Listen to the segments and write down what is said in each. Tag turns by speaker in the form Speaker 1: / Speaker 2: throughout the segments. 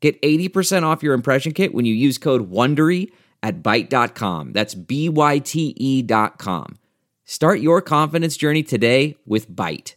Speaker 1: Get 80% off your impression kit when you use code WONDERY at Byte.com. That's B-Y-T-E E dot com. Start your confidence journey today with Byte.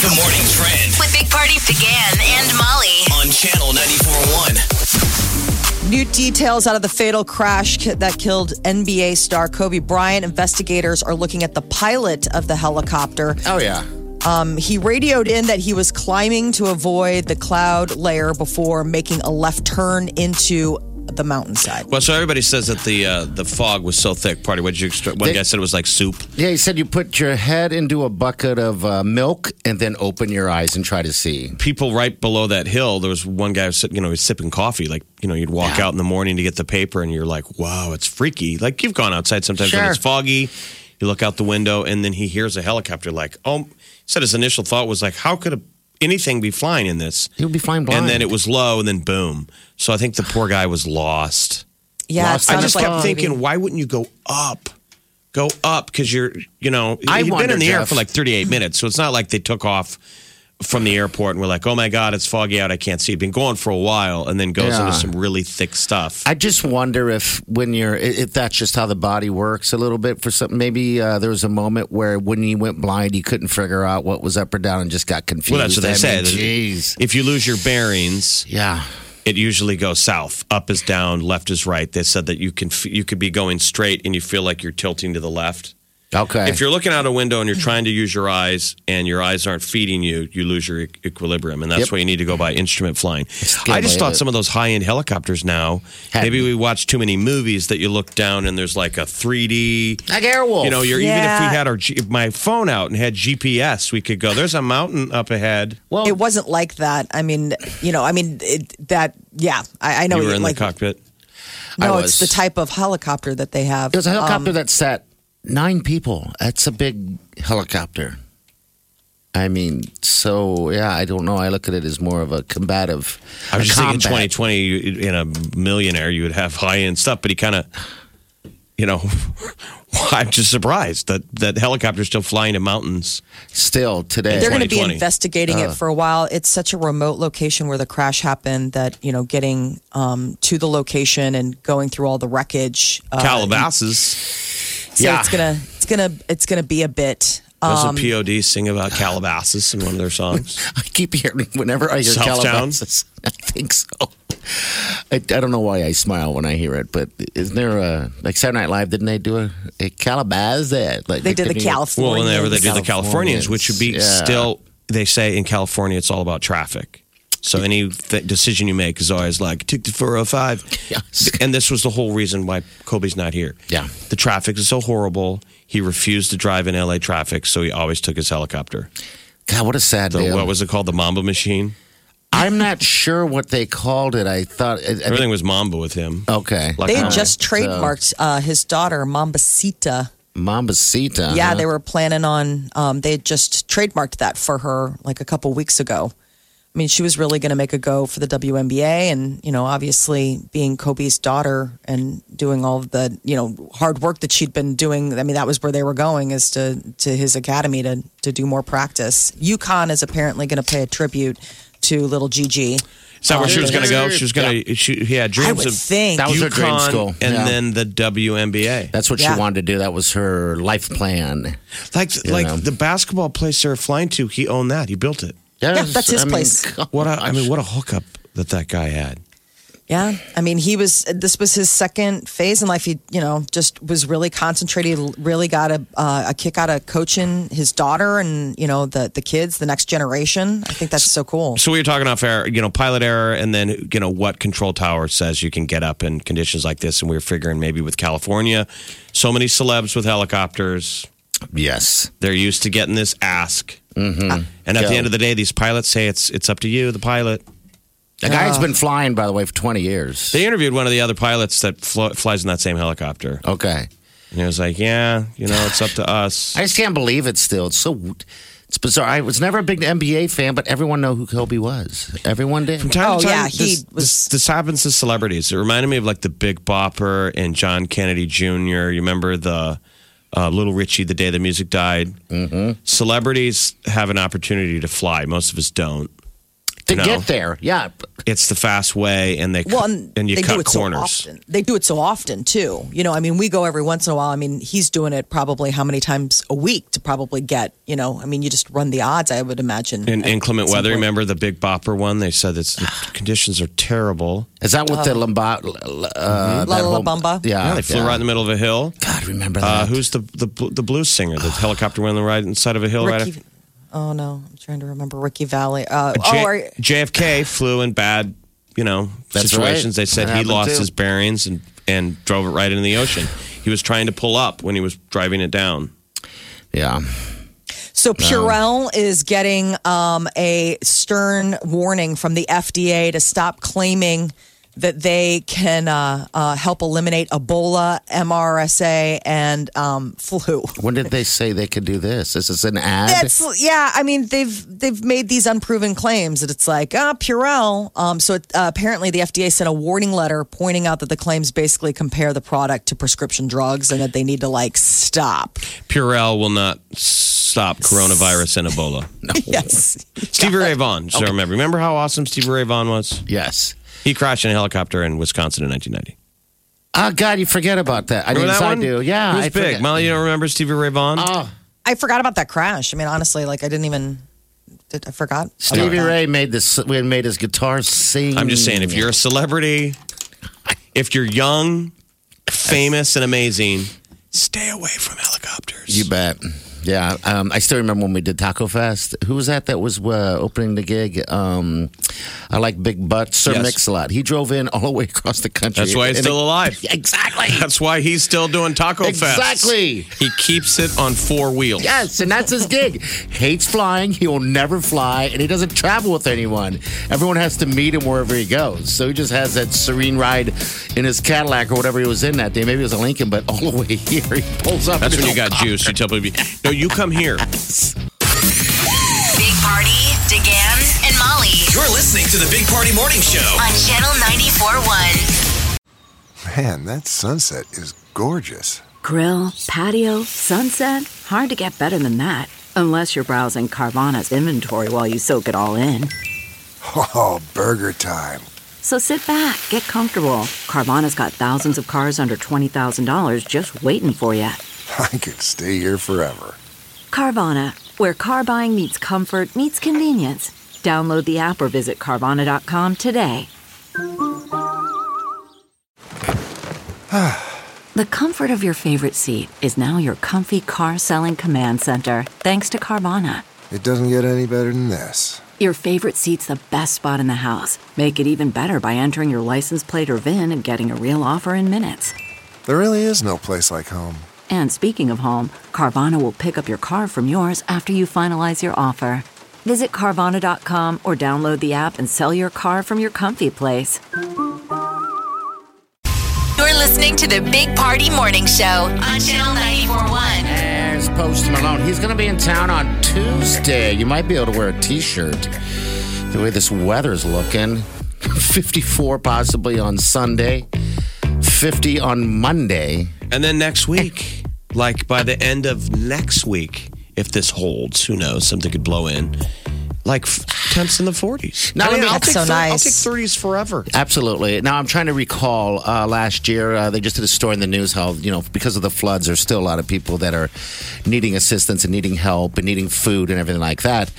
Speaker 2: Good morning, Trend
Speaker 3: With Big Party began and Molly.
Speaker 2: on Channel 94.1.
Speaker 4: New details out of the fatal crash ki- that killed NBA star Kobe Bryant. Investigators are looking at the pilot of the helicopter.
Speaker 5: Oh yeah.
Speaker 4: Um, he radioed in that he was climbing to avoid the cloud layer before making a left turn into the mountainside.
Speaker 6: Well, so everybody says that the uh, the fog was so thick. Party, what did you expect? One
Speaker 5: They-
Speaker 6: guy said it was like soup.
Speaker 5: Yeah, he said you put your head into a bucket of uh, milk and then open your eyes and try to see.
Speaker 6: People right below that hill, there was one guy, who said, you know, he's sipping coffee. Like, you know, you'd walk out in the morning to get the paper, and you're like, wow, it's freaky. Like you've gone outside sometimes when
Speaker 5: Sure.
Speaker 6: it's foggy. You look out the window, and then he hears a helicopter. Like, oh, he said his initial thought was like, how could a, anything be flying in this?
Speaker 5: He would be flying blind.
Speaker 6: And then it was low, and then boom. So I think the poor guy was lost.
Speaker 4: Yeah, it
Speaker 5: Lost I
Speaker 6: I
Speaker 4: sounded
Speaker 6: just
Speaker 4: like
Speaker 6: kept
Speaker 4: a movie.
Speaker 6: thinking, why wouldn't you go up? Go up because you're, you know,
Speaker 5: I
Speaker 6: you've been
Speaker 5: wonder,
Speaker 6: in the air
Speaker 5: Jeff.
Speaker 6: for like 38 minutes, so it's not like they took off from the airport and were like, oh my god, it's foggy out, I can't see. Been going for a while, and then goes
Speaker 5: Yeah.
Speaker 6: into some really thick stuff.
Speaker 5: I just wonder if when you're i- if that's just how the body works a little bit for some. Maybe uh, there was a moment where when he went blind, he couldn't figure out what was up or down and just got confused.
Speaker 6: well, that's what they
Speaker 5: I
Speaker 6: said.
Speaker 5: mean, Jeez.
Speaker 6: If you lose your bearings,
Speaker 5: Yeah.
Speaker 6: it usually goes south. Up is down, left is right. They said that you can f- you could be going straight and you feel like you're tilting to the left.
Speaker 5: Okay.
Speaker 6: If you're looking out a window and you're trying to use your eyes and your eyes aren't feeding you, you lose your e- equilibrium. And that's
Speaker 5: Yep.
Speaker 6: why you need to go by instrument flying.
Speaker 5: can't
Speaker 6: I just
Speaker 5: believe
Speaker 6: thought
Speaker 5: it.
Speaker 6: some of those high end helicopters now,
Speaker 5: Had
Speaker 6: maybe
Speaker 5: me.
Speaker 6: we watch too many movies that you look down and there's like a 3D.
Speaker 5: like Airwolf.
Speaker 6: You know, you're, even if
Speaker 4: Yeah.
Speaker 6: we had our G- if my phone out and had GPS, we could go, there's a mountain up ahead.
Speaker 5: well,
Speaker 4: It wasn't like that. I mean, you know, I mean it, that. Yeah, I, I know.
Speaker 6: you were in
Speaker 4: it- like,
Speaker 6: the cockpit.
Speaker 5: I
Speaker 4: No,
Speaker 5: was.
Speaker 4: it's the type of helicopter that they have.
Speaker 5: It was a helicopter
Speaker 4: Um,
Speaker 5: that sat nine people. That's a big helicopter. I mean, so yeah, I don't know. I look at it as more of a combative.
Speaker 6: I
Speaker 5: a
Speaker 6: was just thinking
Speaker 5: combat.
Speaker 6: 2020 you- in a millionaire, you would have high end stuff, but he kind of, you know, I'm just surprised that that helicopter's still flying to mountains.
Speaker 5: Still today, Uh.
Speaker 4: they're going to be
Speaker 6: 2020.
Speaker 4: investigating
Speaker 6: Oh.
Speaker 4: it for a while. It's such a remote location where the crash happened that you know getting um, to the location and going through all the wreckage. Uh,
Speaker 6: Calabasas.
Speaker 4: so
Speaker 5: yeah.
Speaker 4: it's gonna it's gonna it's gonna be a bit.
Speaker 6: Does
Speaker 4: Um,
Speaker 6: a POD sing about Calabasas in one of their songs?
Speaker 5: I keep hearing whenever I hear
Speaker 6: Southtown?
Speaker 5: Calabasas. I think so. I, I don't know why I smile when I hear it, but isn't there a like Saturday Night Live? Didn't they do a, a Calabasas? Like
Speaker 4: they did the
Speaker 5: didn't even-
Speaker 6: well,
Speaker 4: California.
Speaker 6: whenever they do the Californians,
Speaker 5: Californians,
Speaker 6: which would be
Speaker 5: yeah.
Speaker 6: still, they say in California, it's all about traffic. So any th- decision you make is always like, take the 405.
Speaker 5: Yes.
Speaker 6: And this was the whole reason why Kobe's not here.
Speaker 5: Yeah.
Speaker 6: The traffic is so horrible. He refused to drive in LA traffic, so he always took his helicopter.
Speaker 5: God, what a sad
Speaker 6: The,
Speaker 5: deal.
Speaker 6: What was it called? The Mamba machine?
Speaker 5: I'm not sure what they called it. I thought I, I think-
Speaker 6: Everything was Mamba with him.
Speaker 5: okay.
Speaker 6: Like
Speaker 4: They had
Speaker 6: Mamba.
Speaker 4: just trademarked uh, his daughter Mambasita.
Speaker 6: Uh-huh.
Speaker 5: Mambasita.
Speaker 4: Yeah,
Speaker 5: huh?
Speaker 4: they were planning on. Um, they had just trademarked that for her like a couple weeks ago. I mean, she was really going to make a go for the WNBA, and you know, obviously being Kobe's daughter and doing all of the you know hard work that she'd been doing. I mean, that was where they were going is to to his academy to to do more practice. UConn is apparently going to pay a tribute to little Gigi. Um,
Speaker 6: Is that where she was
Speaker 5: Oh, yeah.
Speaker 6: going to go? She was going to. She he had dreams
Speaker 4: I would
Speaker 6: of
Speaker 4: think.
Speaker 5: That was her dream
Speaker 6: UConn
Speaker 5: school.
Speaker 6: and
Speaker 5: Yeah.
Speaker 6: then the WNBA.
Speaker 5: That's what
Speaker 4: Yeah.
Speaker 5: she wanted to do. That was her life plan.
Speaker 6: Like
Speaker 5: You
Speaker 6: like
Speaker 5: know.
Speaker 6: the basketball place they're flying to. He owned that. He built it.
Speaker 4: Yeah, that's his
Speaker 5: I mean,
Speaker 4: place.
Speaker 5: God.
Speaker 6: What a, I mean, what a hookup that that guy had.
Speaker 4: Yeah, I mean, he was. This was his second phase in life. He, you know, just was really concentrated. Really got a uh, a kick out of coaching his daughter and you know the the kids, the next generation. I think that's so cool.
Speaker 6: So we were talking off air, you know, pilot error, and then you know what control tower says you can get up in conditions like this. And we were figuring maybe with California, so many celebs with helicopters,
Speaker 5: Yes.
Speaker 6: they're used to getting this ask. Mm-hmm. And at the
Speaker 5: Yeah.
Speaker 6: end of the day, these pilots say it's it's up to you, the pilot.
Speaker 5: The guy's been flying, by the way, for 20 years.
Speaker 6: They interviewed one of the other pilots that flo- flies in that same helicopter.
Speaker 5: Okay.
Speaker 6: And he was like, yeah, you know, it's up to us.
Speaker 5: I just can't believe it still. It's so. It's bizarre. I was never a big NBA fan, but everyone knew who Kobe was. Everyone did.
Speaker 6: From time
Speaker 4: Oh,
Speaker 6: to time,
Speaker 4: yeah, he
Speaker 6: this,
Speaker 4: was-
Speaker 6: this, this happens to celebrities. It reminded me of like the Big Bopper and John Kennedy Jr. You remember the uh, Little Richie, the day the music died. Mm-hmm. Celebrities have an opportunity to fly. Most of us don't.
Speaker 5: To
Speaker 6: No.
Speaker 5: get there, yeah.
Speaker 6: It's the fast way, and they cu-
Speaker 4: Well,
Speaker 6: and,
Speaker 4: and,
Speaker 6: you
Speaker 4: they
Speaker 6: cut
Speaker 4: do it
Speaker 6: corners.
Speaker 4: so often. They do it so often too. You know, I mean, we go every once in a while. I mean, he's doing it probably how many times a week to probably get. You know, I mean, you just run the odds. I would imagine.
Speaker 6: In inclement
Speaker 4: some
Speaker 6: weather,
Speaker 4: point.
Speaker 6: remember the Big Bopper one? They said it's, the conditions are terrible. Mm-hmm.
Speaker 5: Is that what the
Speaker 4: Oh.
Speaker 5: Lombard? Uh,
Speaker 4: La
Speaker 5: that
Speaker 4: La
Speaker 5: whole-
Speaker 4: Bamba.
Speaker 5: Yeah,
Speaker 6: Yeah, they flew
Speaker 5: yeah.
Speaker 6: right in the middle of a hill.
Speaker 5: God, remember
Speaker 6: Uh,
Speaker 5: that?
Speaker 6: who's the, the bl- the blues singer? The helicopter went on the right inside of a hill. right
Speaker 4: Ricky,
Speaker 6: after?
Speaker 4: oh no, I'm trying to remember Ricky Valley. Uh,
Speaker 6: J-
Speaker 4: oh, are,
Speaker 6: JFK flew in bad, you know,
Speaker 5: That's
Speaker 6: situations.
Speaker 5: right.
Speaker 6: They said
Speaker 5: That
Speaker 6: he
Speaker 5: happened
Speaker 6: lost
Speaker 5: too.
Speaker 6: his bearings and and drove it right into the ocean. He was trying to pull up when he was driving it down.
Speaker 5: Yeah.
Speaker 4: so Purell is getting um, a stern warning from the FDA to stop claiming that they can uh, uh, help eliminate Ebola, MRSA, and um, flu.
Speaker 5: When did they say they could do this? Is this an ad?
Speaker 4: That's yeah. I mean, they've they've made these unproven claims that it's like ah Purell. Um, so it, uh, apparently the FDA sent a warning letter pointing out that the claims basically compare the product to prescription drugs and that they need to like stop.
Speaker 6: Purell will not stop coronavirus and Ebola.
Speaker 4: Yes.
Speaker 6: Stevie Ray Vaughan. So remember, remember how awesome Stevie Ray Vaughan was?
Speaker 5: yes.
Speaker 6: He crashed in a helicopter in Wisconsin in 1990.
Speaker 5: Oh God, you forget about that. I mean,
Speaker 6: Remember that
Speaker 5: I
Speaker 6: one?
Speaker 5: do. Yeah,
Speaker 6: he was
Speaker 5: I
Speaker 6: big.
Speaker 5: forget.
Speaker 6: Molly, you don't remember Stevie Ray Vaughan?
Speaker 5: Oh,
Speaker 4: I forgot about that crash. I mean, honestly, like I didn't even. Did, I forgot. about
Speaker 5: Stevie
Speaker 4: that.
Speaker 5: Ray made this. We made his guitar sing.
Speaker 6: I'm just saying, if you're a celebrity, if you're young, famous, and amazing, stay away from helicopters.
Speaker 5: you bet. Yeah, um, I still remember when we did Taco Fest. Who was that? That was uh, opening the gig. Um, I like big butts. Sir
Speaker 6: Yes.
Speaker 5: Mix a lot. He drove in all the way across the country.
Speaker 6: That's why he's
Speaker 5: And-
Speaker 6: still alive.
Speaker 5: Exactly.
Speaker 6: That's why he's still doing Taco Fest.
Speaker 5: Exactly.
Speaker 6: He keeps it on four wheels.
Speaker 5: Yes, and that's his gig. Hates flying. He will never fly, and he doesn't travel with anyone. Everyone has to meet him wherever he goes. So he just has that serene ride in his Cadillac or whatever he was in that day. Maybe it was a Lincoln, but all the way here he pulls up.
Speaker 6: That's
Speaker 5: in
Speaker 6: when you
Speaker 5: his
Speaker 6: got juice. You tell people, no, you come here.
Speaker 3: Big Party, DeGan, and Molly
Speaker 2: You're listening to the Big Party Morning Show.
Speaker 3: on Channel 94.1.
Speaker 7: Man, that sunset is gorgeous.
Speaker 8: Grill, patio, sunset. Hard to get better than that. Unless you're browsing Carvana's inventory while you soak it all in.
Speaker 7: Oh, burger time.
Speaker 8: So sit back, get comfortable. Carvana's got thousands of cars under $20,000 just waiting for you.
Speaker 7: I could stay here forever.
Speaker 8: Carvana, where car buying meets comfort, meets convenience. Download the app or visit Carvana.com today. the comfort of your favorite seat is now your comfy car selling command center, thanks to Carvana.
Speaker 7: It doesn't get any better than this.
Speaker 8: Your favorite seat's the best spot in the house. Make it even better by entering your license plate or VIN and getting a real offer in minutes.
Speaker 7: There really is no place like home.
Speaker 8: And speaking of home, Carvana will pick up your car from yours after you finalize your offer. Visit Carvana.com or download the app and sell your car from your comfy place.
Speaker 3: You're listening to the Big Party Morning Show on Channel 94.1.
Speaker 5: There's Post Malone. He's going to be in town on Tuesday. You might be able to wear a T-shirt. The way this weather's looking, 54 possibly on Sunday, 50 on Monday.
Speaker 6: And then next week, like by the end of next week, if this holds, who knows, something could blow in. Like f- temps in the 40s.
Speaker 5: Now,
Speaker 6: I
Speaker 5: let me-
Speaker 6: will
Speaker 4: That's
Speaker 6: take
Speaker 4: so
Speaker 6: thir- I'll
Speaker 4: nice.
Speaker 6: take 30s forever.
Speaker 5: Absolutely. Now I'm trying to recall uh, last year uh, they just did a story in the news how you know because of the floods there's still a lot of people that are needing assistance and needing help and needing food and everything like that.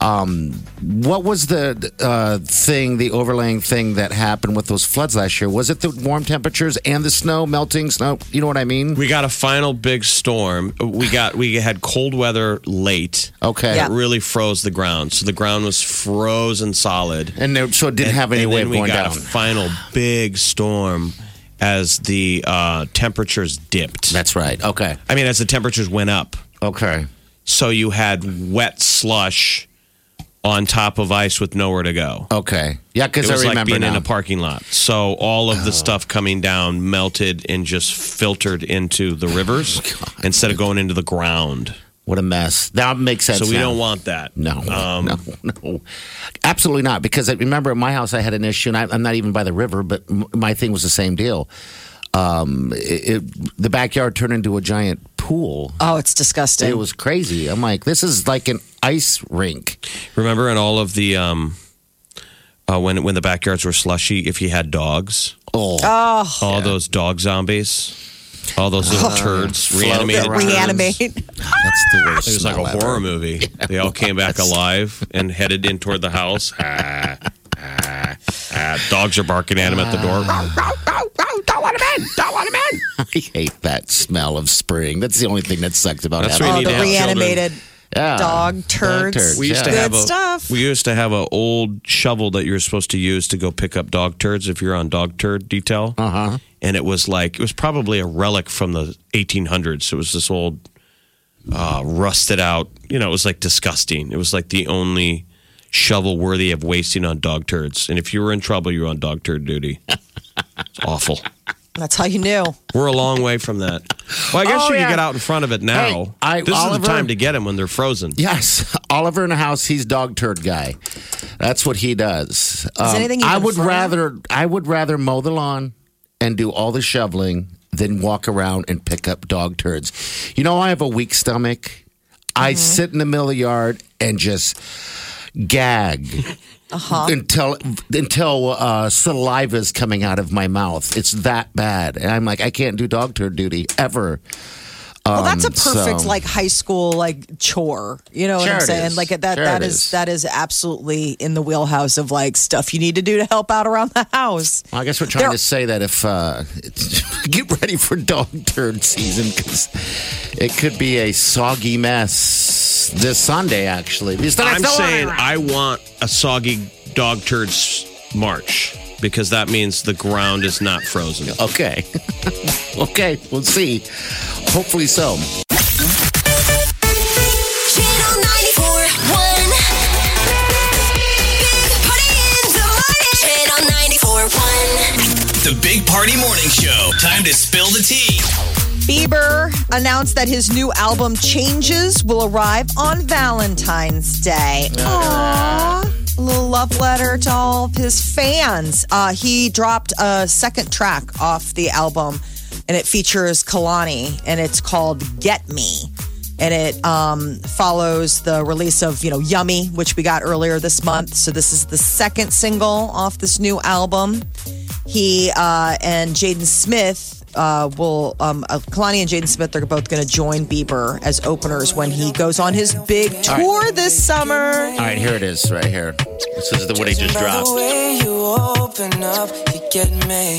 Speaker 5: Um, what was the uh, thing, the overlaying thing that happened with those floods last year? Was it the warm temperatures and the snow melting? Snow, you know what I mean?
Speaker 6: We got a final big storm. We got we had cold weather late.
Speaker 5: Okay.
Speaker 4: Yeah.
Speaker 6: It really froze the ground. So the ground was frozen solid.
Speaker 5: And there, so it didn't have any
Speaker 6: and
Speaker 5: way
Speaker 6: then
Speaker 5: of
Speaker 6: we
Speaker 5: going
Speaker 6: got
Speaker 5: down.
Speaker 6: a final big storm as the uh, temperatures dipped.
Speaker 5: That's right. Okay.
Speaker 6: I mean, as the temperatures went up.
Speaker 5: Okay.
Speaker 6: So you had wet slush on top of ice with nowhere to go.
Speaker 5: Okay. Yeah, because
Speaker 6: It
Speaker 5: I
Speaker 6: was
Speaker 5: remember
Speaker 6: like being
Speaker 5: now. Oh.
Speaker 6: in a parking lot. So all of the stuff coming down melted and just filtered into the rivers instead of going into the ground.
Speaker 5: What a mess. That makes sense.
Speaker 6: so we
Speaker 5: now.
Speaker 6: don't want that.
Speaker 5: No,
Speaker 6: Um,
Speaker 5: no, no, absolutely not. Because I remember at my house, I had an issue, and I, I'm not even by the river, but m- my thing was the same deal. Um, it, it, the backyard turned into a giant pool.
Speaker 4: Oh, it's disgusting.
Speaker 5: It was crazy. I'm like, this is like an ice rink.
Speaker 6: Remember in all of the um, uh, when when the backyards were slushy, if you had dogs,
Speaker 5: Oh,
Speaker 6: all those dog zombies, all those
Speaker 5: Uh,
Speaker 6: little turds reanimated.
Speaker 5: around.
Speaker 6: turds.
Speaker 4: Reanimate.
Speaker 5: that's the worst.
Speaker 6: It was like a
Speaker 5: smell ever.
Speaker 6: horror movie. They all came back alive and headed in toward the house. Ah, ah, ah. Dogs are barking at him
Speaker 5: Ah,
Speaker 6: at the
Speaker 4: Oh,
Speaker 6: door.
Speaker 5: I hate that smell of spring. That's the only thing that sucks about
Speaker 6: That's
Speaker 5: having-
Speaker 6: what
Speaker 4: Oh,
Speaker 6: you need
Speaker 4: the
Speaker 6: to have
Speaker 4: reanimated
Speaker 5: Yeah.
Speaker 4: dog turds.
Speaker 5: turds.
Speaker 6: We used to
Speaker 5: Yeah.
Speaker 6: have
Speaker 4: Good
Speaker 6: a,
Speaker 4: stuff.
Speaker 6: We used to have an old shovel that you were supposed to use to go pick up dog turds if you're on dog turd detail. Uh huh.
Speaker 5: Uh-huh.
Speaker 6: And it was like it was probably a relic from the 1800s. It was this old, uh, rusted out. You know, it was like disgusting. It was like the only shovel worthy of wasting on dog turds. And if you were in trouble, you were on dog turd duty. it's awful.
Speaker 4: That's how you knew.
Speaker 6: We're a long way from that. Well, I guess
Speaker 5: Oh,
Speaker 6: you
Speaker 5: yeah.
Speaker 6: can get out in front of it now.
Speaker 5: Hey, I-
Speaker 6: this is
Speaker 5: Oliver-
Speaker 6: the time to get them when they're frozen.
Speaker 5: Yes, Oliver in the house. He's dog turd guy. That's what he does. Um,
Speaker 4: anything you
Speaker 5: I
Speaker 4: can
Speaker 5: would
Speaker 4: fry?
Speaker 5: rather I would rather mow the lawn and do all the shoveling than walk around and pick up dog turds. You know, I have a weak stomach.
Speaker 4: Mm-hmm.
Speaker 5: I sit in the middle of the yard and just gag. Until until uh, saliva is coming out of my mouth, it's that bad, and I'm like, I can't do dog turd duty ever.
Speaker 4: well, Oh, that's a perfect
Speaker 5: Um, so-
Speaker 4: like high school like chore. You know what
Speaker 5: Sure
Speaker 4: I'm
Speaker 5: it
Speaker 4: saying?
Speaker 5: is.
Speaker 4: Like that
Speaker 5: Sure
Speaker 4: that
Speaker 5: it
Speaker 4: is.
Speaker 5: is.
Speaker 4: that is absolutely in the wheelhouse of like stuff you need to do to help out around the house.
Speaker 5: Well, I guess we're trying
Speaker 4: There-
Speaker 5: to say that if uh, it's, get ready for dog turd season because it could be a soggy mess this Sunday. Actually, Because the
Speaker 6: I'm
Speaker 5: next-
Speaker 6: saying I want a soggy dog turds march because that means the ground is not frozen.
Speaker 5: okay, okay, we'll see. Hopefully so.
Speaker 3: Channel 94.1. Big Party in the morning. oh Channel 94.1.
Speaker 2: The Big Party Morning Show. Time to spill the tea.
Speaker 4: Bieber announced that his new album Changes will arrive on Valentine's Day. Aww. A little love letter to all of his fans. Uh, he dropped a second track off the album, and it features Kalani, and it's called Get Me. And it um, follows the release of, you know, Yummy, which we got earlier this month. So this is the second single off this new album he uh, and Jaden Smith uh, will, um, uh, Kalani and Jaden Smith are both going to join Bieber as openers when he goes on his big tour this summer.
Speaker 5: All right, here it is, right here. This is the what he just dropped.
Speaker 9: way you open up, you get me.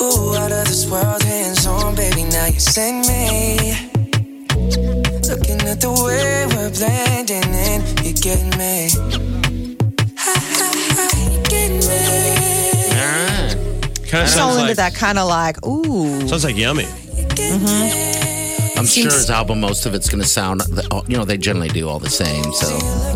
Speaker 9: Ooh, out of this world, hands on, baby, now you send me. Looking at the way we're blending in, you get me. Ha, ha, ha, you get me.
Speaker 6: Kind of
Speaker 4: He's all
Speaker 6: sounds
Speaker 4: into
Speaker 6: like
Speaker 4: that kind of like, ooh, Mm-hmm.
Speaker 6: sounds like yummy.
Speaker 5: I'm sure his album, most of it's going to sound. You know, they generally do all the same. So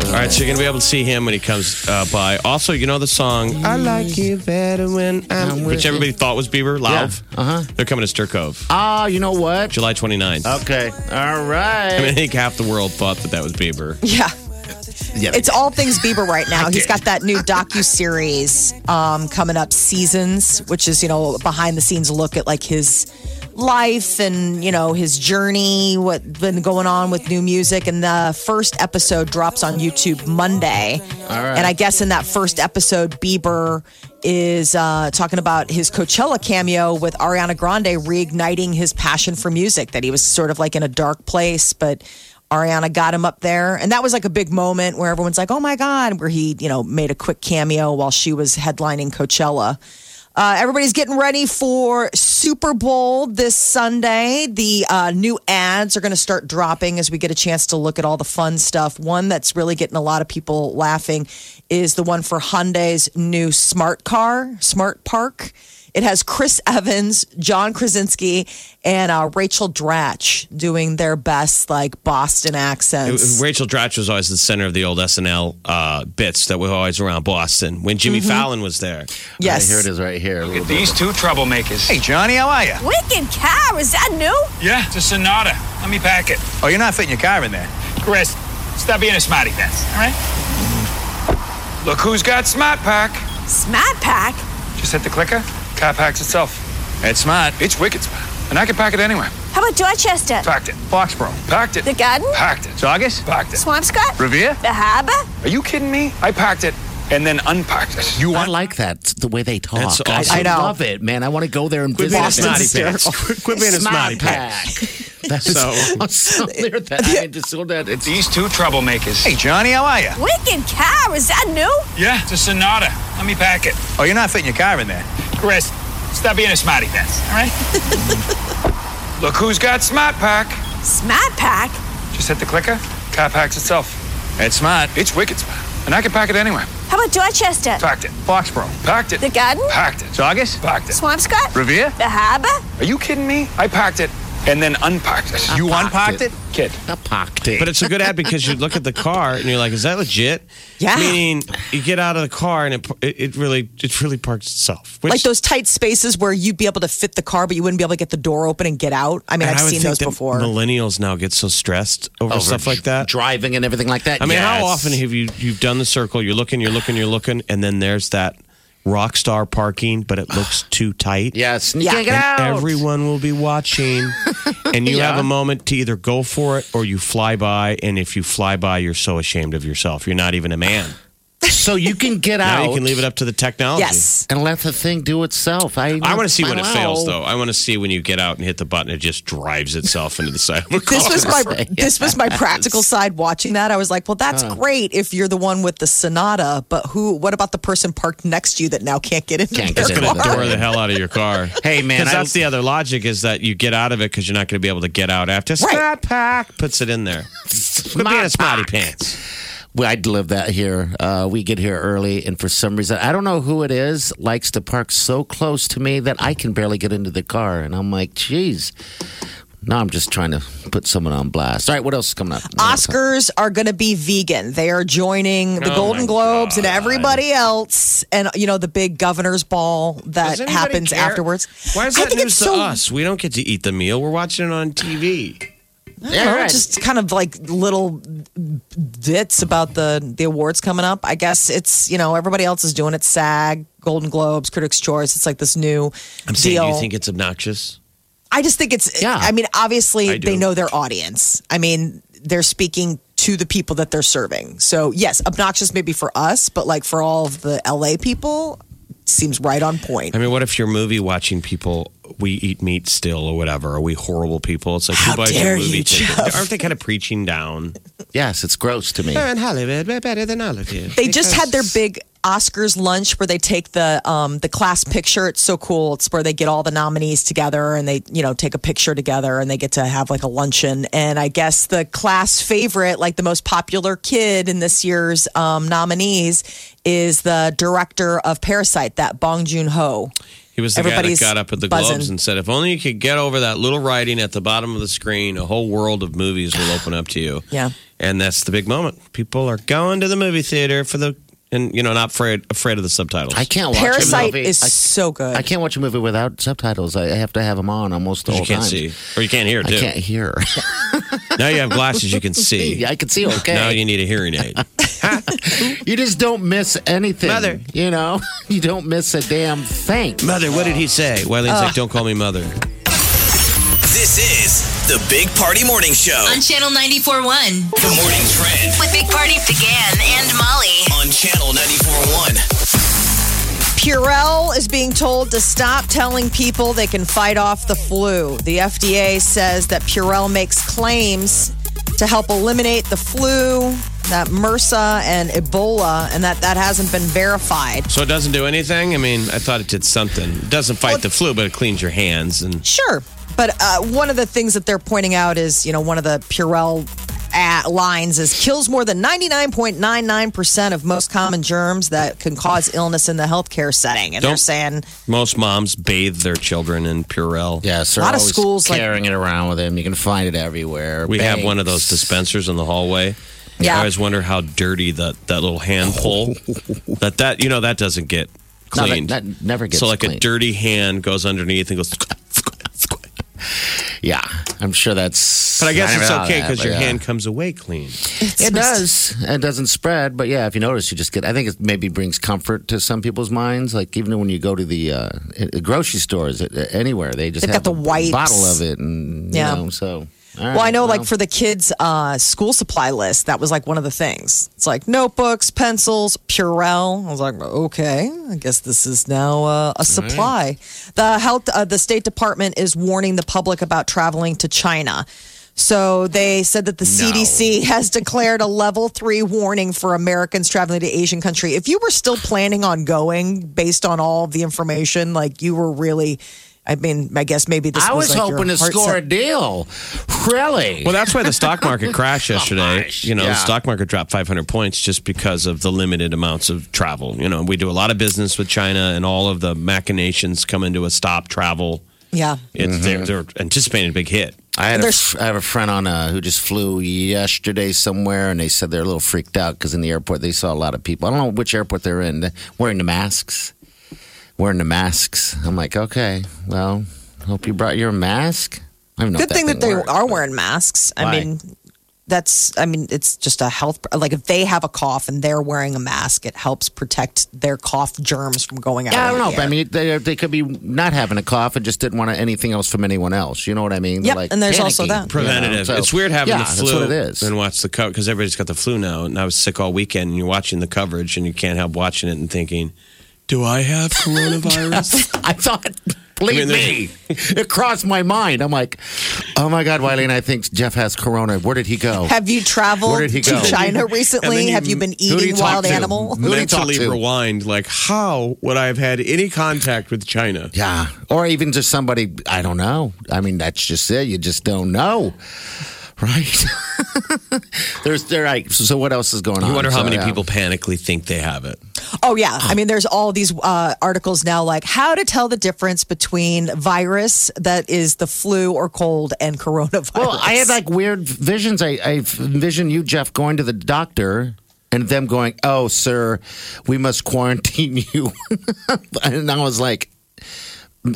Speaker 6: All right, so you're gonna be able to see him when he comes uh, by. Also, you know the song "I Like You Better When I'm," which everybody thought was Bieber. Live,
Speaker 5: Yeah, uh-huh.
Speaker 6: They're coming to Stir Cove,
Speaker 5: ah, you know what?
Speaker 6: July 29th.
Speaker 5: Okay, all right.
Speaker 6: I mean, I think half the world thought that that was Bieber.
Speaker 4: yeah.
Speaker 5: yeah,
Speaker 4: It's all things Bieber right now. He's
Speaker 5: did.
Speaker 4: got that new docu series um, coming up, Seasons, which is you know behind the scenes look at like his life and you know his journey, what's been going on with new music. And the first episode drops on YouTube Monday.
Speaker 5: right.
Speaker 4: And I guess in that first episode, Bieber is uh, talking about his Coachella cameo with Ariana Grande reigniting his passion for music, that he was sort of like in a dark place, but Ariana got him up there. And that was like a big moment where everyone's like, oh my God, where he, you know, made a quick cameo while she was headlining Coachella. Uh, everybody's getting ready for Super Bowl this Sunday. The uh, new ads are going to start dropping as we get a chance to look at all the fun stuff. One that's really getting a lot of people laughing is the one for Hyundai's new smart car, Smart Park. It has Chris Evans, John Krasinski, and uh, Rachel Dratch doing their best like Boston accents.
Speaker 6: Rachel Dratch was always the center of the old SNL uh, bits that were always around Boston when Jimmy Fallon was there.
Speaker 4: Mm-hmm. yes,
Speaker 5: Here it is right here. a little bit.
Speaker 10: These two troublemakers. Hey,
Speaker 2: Johnny, how are you?
Speaker 3: Wicked car, is that new?
Speaker 10: yeah, it's a Sonata. Let me pack it.
Speaker 2: Oh, you're not fitting your car in there.
Speaker 10: Chris, stop being a smarty pants, all right? Look who's got Smart Pack.
Speaker 3: Smart pack.
Speaker 10: Just hit the clicker. Car packs itself.
Speaker 2: It's smart.
Speaker 10: It's wicked smart. And I can pack it anywhere.
Speaker 3: How about Dorchester?
Speaker 10: Packed it. Foxborough. Packed it.
Speaker 3: The garden?
Speaker 10: Packed it.
Speaker 2: Saugus?
Speaker 10: Packed it.
Speaker 3: Swampscott?
Speaker 2: Revere?
Speaker 3: The harbor?
Speaker 10: Are you kidding me? I packed it and then unpacked it. You
Speaker 5: I like that the way they talk.
Speaker 6: That's
Speaker 5: I-
Speaker 6: awesome.
Speaker 5: I,
Speaker 4: I know.
Speaker 5: love it, man. I want to go there and
Speaker 6: Quit
Speaker 5: visit.
Speaker 6: being a
Speaker 5: Boston
Speaker 6: snotty
Speaker 5: Hysterical.
Speaker 6: pants. Quit- quit being a snotty pants.
Speaker 5: That is so.
Speaker 6: So-
Speaker 5: I'm so near that. I just saw that. It's
Speaker 10: These two troublemakers.
Speaker 2: Hey, Johnny, how are you?
Speaker 3: Wicked car, is that new?
Speaker 10: Yeah, it's a Sonata. Let me pack it.
Speaker 2: Oh, you're not fitting your car in there.
Speaker 10: Chris, stop being a smarty pants, all right? Look who's got Smart Pack.
Speaker 3: Smart pack.
Speaker 10: Just hit the clicker. Car packs itself.
Speaker 2: It's smart.
Speaker 10: It's wicked smart. And I can pack it anywhere.
Speaker 3: How about Dorchester?
Speaker 10: Packed it. Foxborough. Packed it.
Speaker 3: The garden?
Speaker 10: Packed it.
Speaker 2: Saugus?
Speaker 10: Packed it.
Speaker 3: Swampscott?
Speaker 2: Revere?
Speaker 3: The harbor?
Speaker 10: Are you kidding me? I packed it and then unpacked it.
Speaker 2: You
Speaker 5: Unpacked
Speaker 2: unparked
Speaker 5: it.
Speaker 2: it?
Speaker 10: kid.
Speaker 5: a pock dick.
Speaker 6: But it's a good ad because you look at the car and you're like, "Is that legit?"
Speaker 4: Yeah.
Speaker 6: Meaning, you get out of the car and it it, it really it really parks itself. Which,
Speaker 4: like those tight spaces where you'd be able to fit the car, but you wouldn't be able to get the door open and get out. I mean,
Speaker 6: and
Speaker 4: I've
Speaker 6: I would
Speaker 4: seen
Speaker 6: think
Speaker 4: those
Speaker 6: that
Speaker 4: before.
Speaker 6: Millennials now get so stressed over,
Speaker 5: Over
Speaker 6: stuff like that.
Speaker 5: Driving and everything like that.
Speaker 6: I mean,
Speaker 5: Yes.
Speaker 6: how often have you you've done the circle? You're looking, you're looking, you're looking, and then there's that rock star parking, but it looks too tight.
Speaker 5: Yes. You
Speaker 4: Yeah.
Speaker 5: can't get
Speaker 6: And
Speaker 5: out.
Speaker 6: everyone will be watching, and you have a moment to either go for it or you fly by. And if you fly by, you're so ashamed of yourself. You're not even a man.
Speaker 5: so you can get out.
Speaker 6: Now you can leave it up to the technology.
Speaker 4: yes,
Speaker 5: and let the thing do itself. I
Speaker 6: I want to see when it
Speaker 5: Wow.
Speaker 6: fails, though. I want to see when you get out and hit the button, it just drives itself into the side of a car.
Speaker 4: this was my this was my practical side watching that. I was like, well, that's great if you're the one with the Sonata, but who? What about the person parked next to you that now can't get into
Speaker 5: Can't
Speaker 4: their
Speaker 5: get in.
Speaker 4: car?
Speaker 6: going to door the hell out of your car.
Speaker 5: Hey, man,
Speaker 6: because
Speaker 5: I-
Speaker 6: that's the other logic is that you get out of it because you're not going to be able to get out after.
Speaker 4: Right.
Speaker 6: Smart pack puts it in there. Quit being a smarty pants.
Speaker 5: Well, I'd live that here. Uh, we get here early, and for some reason, I don't know who it is, likes to park so close to me that I can barely get into the car. And I'm like, geez. Now I'm just trying to put someone on blast. All right, what else is coming up?
Speaker 4: Oscars are going to be vegan. They are joining
Speaker 6: Oh
Speaker 4: the Golden Globes and everybody else, and you know the big governor's ball that
Speaker 6: Does anybody
Speaker 4: happens
Speaker 6: care?
Speaker 4: afterwards.
Speaker 6: Why is
Speaker 4: I
Speaker 6: that
Speaker 4: think
Speaker 6: news
Speaker 4: it's
Speaker 6: to
Speaker 4: so,
Speaker 6: us? We don't get to eat the meal. We're watching it on TV.
Speaker 4: I don't know, just kind of like little bits about the the awards coming up. I guess it's you know everybody else is doing it. SAG, Golden Globes, Critics' Choice. It's like this new
Speaker 6: I'm saying,
Speaker 4: deal.
Speaker 6: do you think it's obnoxious?
Speaker 4: I just think it's.
Speaker 5: Yeah.
Speaker 4: I mean, obviously
Speaker 6: I do.
Speaker 4: they know their audience. I mean, they're speaking to the people that they're serving. So yes, obnoxious maybe for us, but like for all of the LA people, seems right on point.
Speaker 6: I mean, what if you're movie watching people? We eat meat still, or whatever. Are we horrible people? It's like
Speaker 4: How
Speaker 6: who buys
Speaker 4: dare
Speaker 6: your movie
Speaker 4: you,
Speaker 6: ticket?
Speaker 4: Jeff.
Speaker 6: Aren't they kind of preaching down?
Speaker 5: Yes, it's gross to me.
Speaker 6: in Hollywood, we're better than all of you.
Speaker 4: They just had their big Oscars lunch where they take the um, the class picture. It's so cool. It's where they get all the nominees together and they you know take a picture together and they get to have like a luncheon. And I guess the class favorite, like the most popular kid in this year's um, nominees, is the director of Parasite, that Bong Joon Ho.
Speaker 6: He was the
Speaker 4: Everybody's
Speaker 6: guy that got up at the
Speaker 4: buzzing.
Speaker 6: Globes and said, "If only you could get over that little writing at the bottom of the screen, a whole world of movies will open up to you."
Speaker 4: Yeah.
Speaker 6: and that's the big moment. People are going to the movie theater for the and you know not afraid afraid of the subtitles.
Speaker 5: I can't watch a
Speaker 4: Parasite
Speaker 5: movie.
Speaker 4: is
Speaker 5: I,
Speaker 4: so good.
Speaker 5: I can't watch a movie without subtitles. I I have to have them on almost all
Speaker 6: you can't
Speaker 5: time.
Speaker 6: see or you can't hear
Speaker 5: I
Speaker 6: too.
Speaker 5: can't hear.
Speaker 6: Now you have glasses, you can see.
Speaker 5: I can see okay.
Speaker 6: Now you need a hearing aid.
Speaker 5: You just don't miss anything.
Speaker 6: Mother.
Speaker 5: You know, you don't miss a damn thing.
Speaker 6: mother, what did he say? Wiley's like, "Don't call me mother."
Speaker 2: This is the Big Party Morning Show.
Speaker 3: On Channel 94.1.
Speaker 2: The morning trend
Speaker 3: With Big Party began and Molly.
Speaker 2: on Channel 94.1.
Speaker 4: Purell is being told to stop telling people they can fight off the flu. The FDA says that Purell makes claims to help eliminate the flu, that MRSA and Ebola, and that that hasn't been verified.
Speaker 6: So it doesn't do anything. I mean, I thought it did something. It doesn't fight the flu, but it cleans your hands and
Speaker 4: Sure. But uh, one of the things that they're pointing out is, you know, one of the Purell at lines is kills more than 99.99% of most common germs that can cause illness in the healthcare setting. And they're
Speaker 6: Don't-
Speaker 4: saying
Speaker 6: Most moms bathe their children in Purell.
Speaker 5: Yeah, so
Speaker 4: A lot of schools, like-
Speaker 5: carrying it around with them. You can find it everywhere.
Speaker 6: We have one of those
Speaker 5: Banks.
Speaker 6: dispensers in the hallway. I
Speaker 4: Yeah.
Speaker 6: always wonder how dirty that, that little hand pull that that you know that doesn't get
Speaker 5: No, that-
Speaker 6: cleaned.
Speaker 5: that, never gets
Speaker 6: so like a
Speaker 5: cleaned.
Speaker 6: dirty hand goes underneath and goes.
Speaker 5: Yeah, I'm sure that's.
Speaker 6: But I guess
Speaker 5: never
Speaker 6: it's
Speaker 5: thought of
Speaker 6: okay
Speaker 5: that,
Speaker 6: because
Speaker 5: but
Speaker 6: your
Speaker 5: yeah.
Speaker 6: hand comes away clean.
Speaker 5: It does. It doesn't spread, but yeah, if you notice, you just get. I think it maybe brings comfort to some people's minds. Like even when you go to the uh, uh, grocery stores, uh, uh, anywhere, they just
Speaker 4: They've
Speaker 5: have
Speaker 4: got the
Speaker 5: a
Speaker 4: wipes.
Speaker 5: bottle of it, and
Speaker 4: Yeah.
Speaker 5: you know, so. all
Speaker 4: Well, I
Speaker 5: right,
Speaker 4: know, like for the kids' uh, school supply list, that was like one of the things. It's like notebooks, pencils, Purell. I was like, okay, I guess this is now uh, a supply. The health, uh, the State Department is warning the public about traveling to China. So they said that the CDC has declared a level three warning for Americans traveling to Asian country. If you were still planning on going based on all of the information, like you were really. I mean, I guess maybe this
Speaker 5: I was
Speaker 4: like, your
Speaker 5: hoping to
Speaker 4: heart
Speaker 5: score
Speaker 4: set-
Speaker 5: a deal. Really?
Speaker 6: Well, that's why the stock market crashed yesterday.
Speaker 5: Gosh,
Speaker 6: you know, the
Speaker 5: Oh, yeah.
Speaker 6: stock market dropped 500 points just because of the limited amounts of travel. You know, we do a lot of business with China, and all of the machinations come into a stop travel.
Speaker 4: Yeah.
Speaker 5: Mm-hmm.
Speaker 6: It's they're, they're anticipating a big hit.
Speaker 5: I had a
Speaker 4: There's-
Speaker 5: f- I have a friend on uh, who just flew yesterday somewhere, and they said they're a little freaked out because in the airport they saw a lot of people. I don't know which airport they're in they're wearing the masks. Wearing the masks. I'm like, okay, well, hope you brought your mask. I don't know if
Speaker 4: Good thing that they
Speaker 5: works.
Speaker 4: are wearing masks. I
Speaker 5: Why?
Speaker 4: mean, that's, I mean, it's just a health, like if they have a cough and they're wearing a mask, it helps protect their cough germs from going out.
Speaker 5: Yeah, I don't know.
Speaker 4: into the
Speaker 5: But I
Speaker 4: air.
Speaker 5: mean, they, they could be not having a cough and just didn't want anything else from anyone else. You know what I mean?
Speaker 4: Yep,
Speaker 5: They're, like,
Speaker 4: and there's also
Speaker 5: panicking,
Speaker 4: that.
Speaker 5: you know,
Speaker 6: preventative.
Speaker 5: so-
Speaker 6: it's weird having
Speaker 5: yeah,
Speaker 6: the flu
Speaker 5: That's what it is.
Speaker 6: and watch the cover because everybody's got the flu now, and I was sick all weekend. And you're watching the coverage, and you can't help watching it and thinking, "Do I have coronavirus?"
Speaker 5: I thought, believe
Speaker 6: I
Speaker 5: me,
Speaker 6: mean,
Speaker 5: it crossed my mind. I'm like, oh my God, Wiley and I think Jeff has corona. Where did he go?
Speaker 4: have you traveled
Speaker 5: oh, Where did he
Speaker 4: to
Speaker 5: go?
Speaker 4: China
Speaker 6: And then
Speaker 4: recently?
Speaker 6: you-
Speaker 4: have you been
Speaker 5: do you
Speaker 4: eating
Speaker 5: talk
Speaker 4: wild
Speaker 5: to?
Speaker 4: animal?
Speaker 5: Who do you talk
Speaker 6: Mentally
Speaker 5: to?
Speaker 6: rewind, like how would I have had any contact with China?
Speaker 5: Yeah, or even just somebody I don't know. I mean, that's just it. You just don't know, right? There's there. Like, so what else is going on?
Speaker 6: You wonder how
Speaker 5: So,
Speaker 6: many
Speaker 5: yeah.
Speaker 6: people panically think they have it.
Speaker 4: Oh, yeah. I mean, there's all these uh, articles now like how to tell the difference between virus that is the flu or cold and coronavirus.
Speaker 5: Well, I had like weird visions. I, I envisioned you, Jeff, going to the doctor and them going, "Oh, sir, we must quarantine you," and I was like,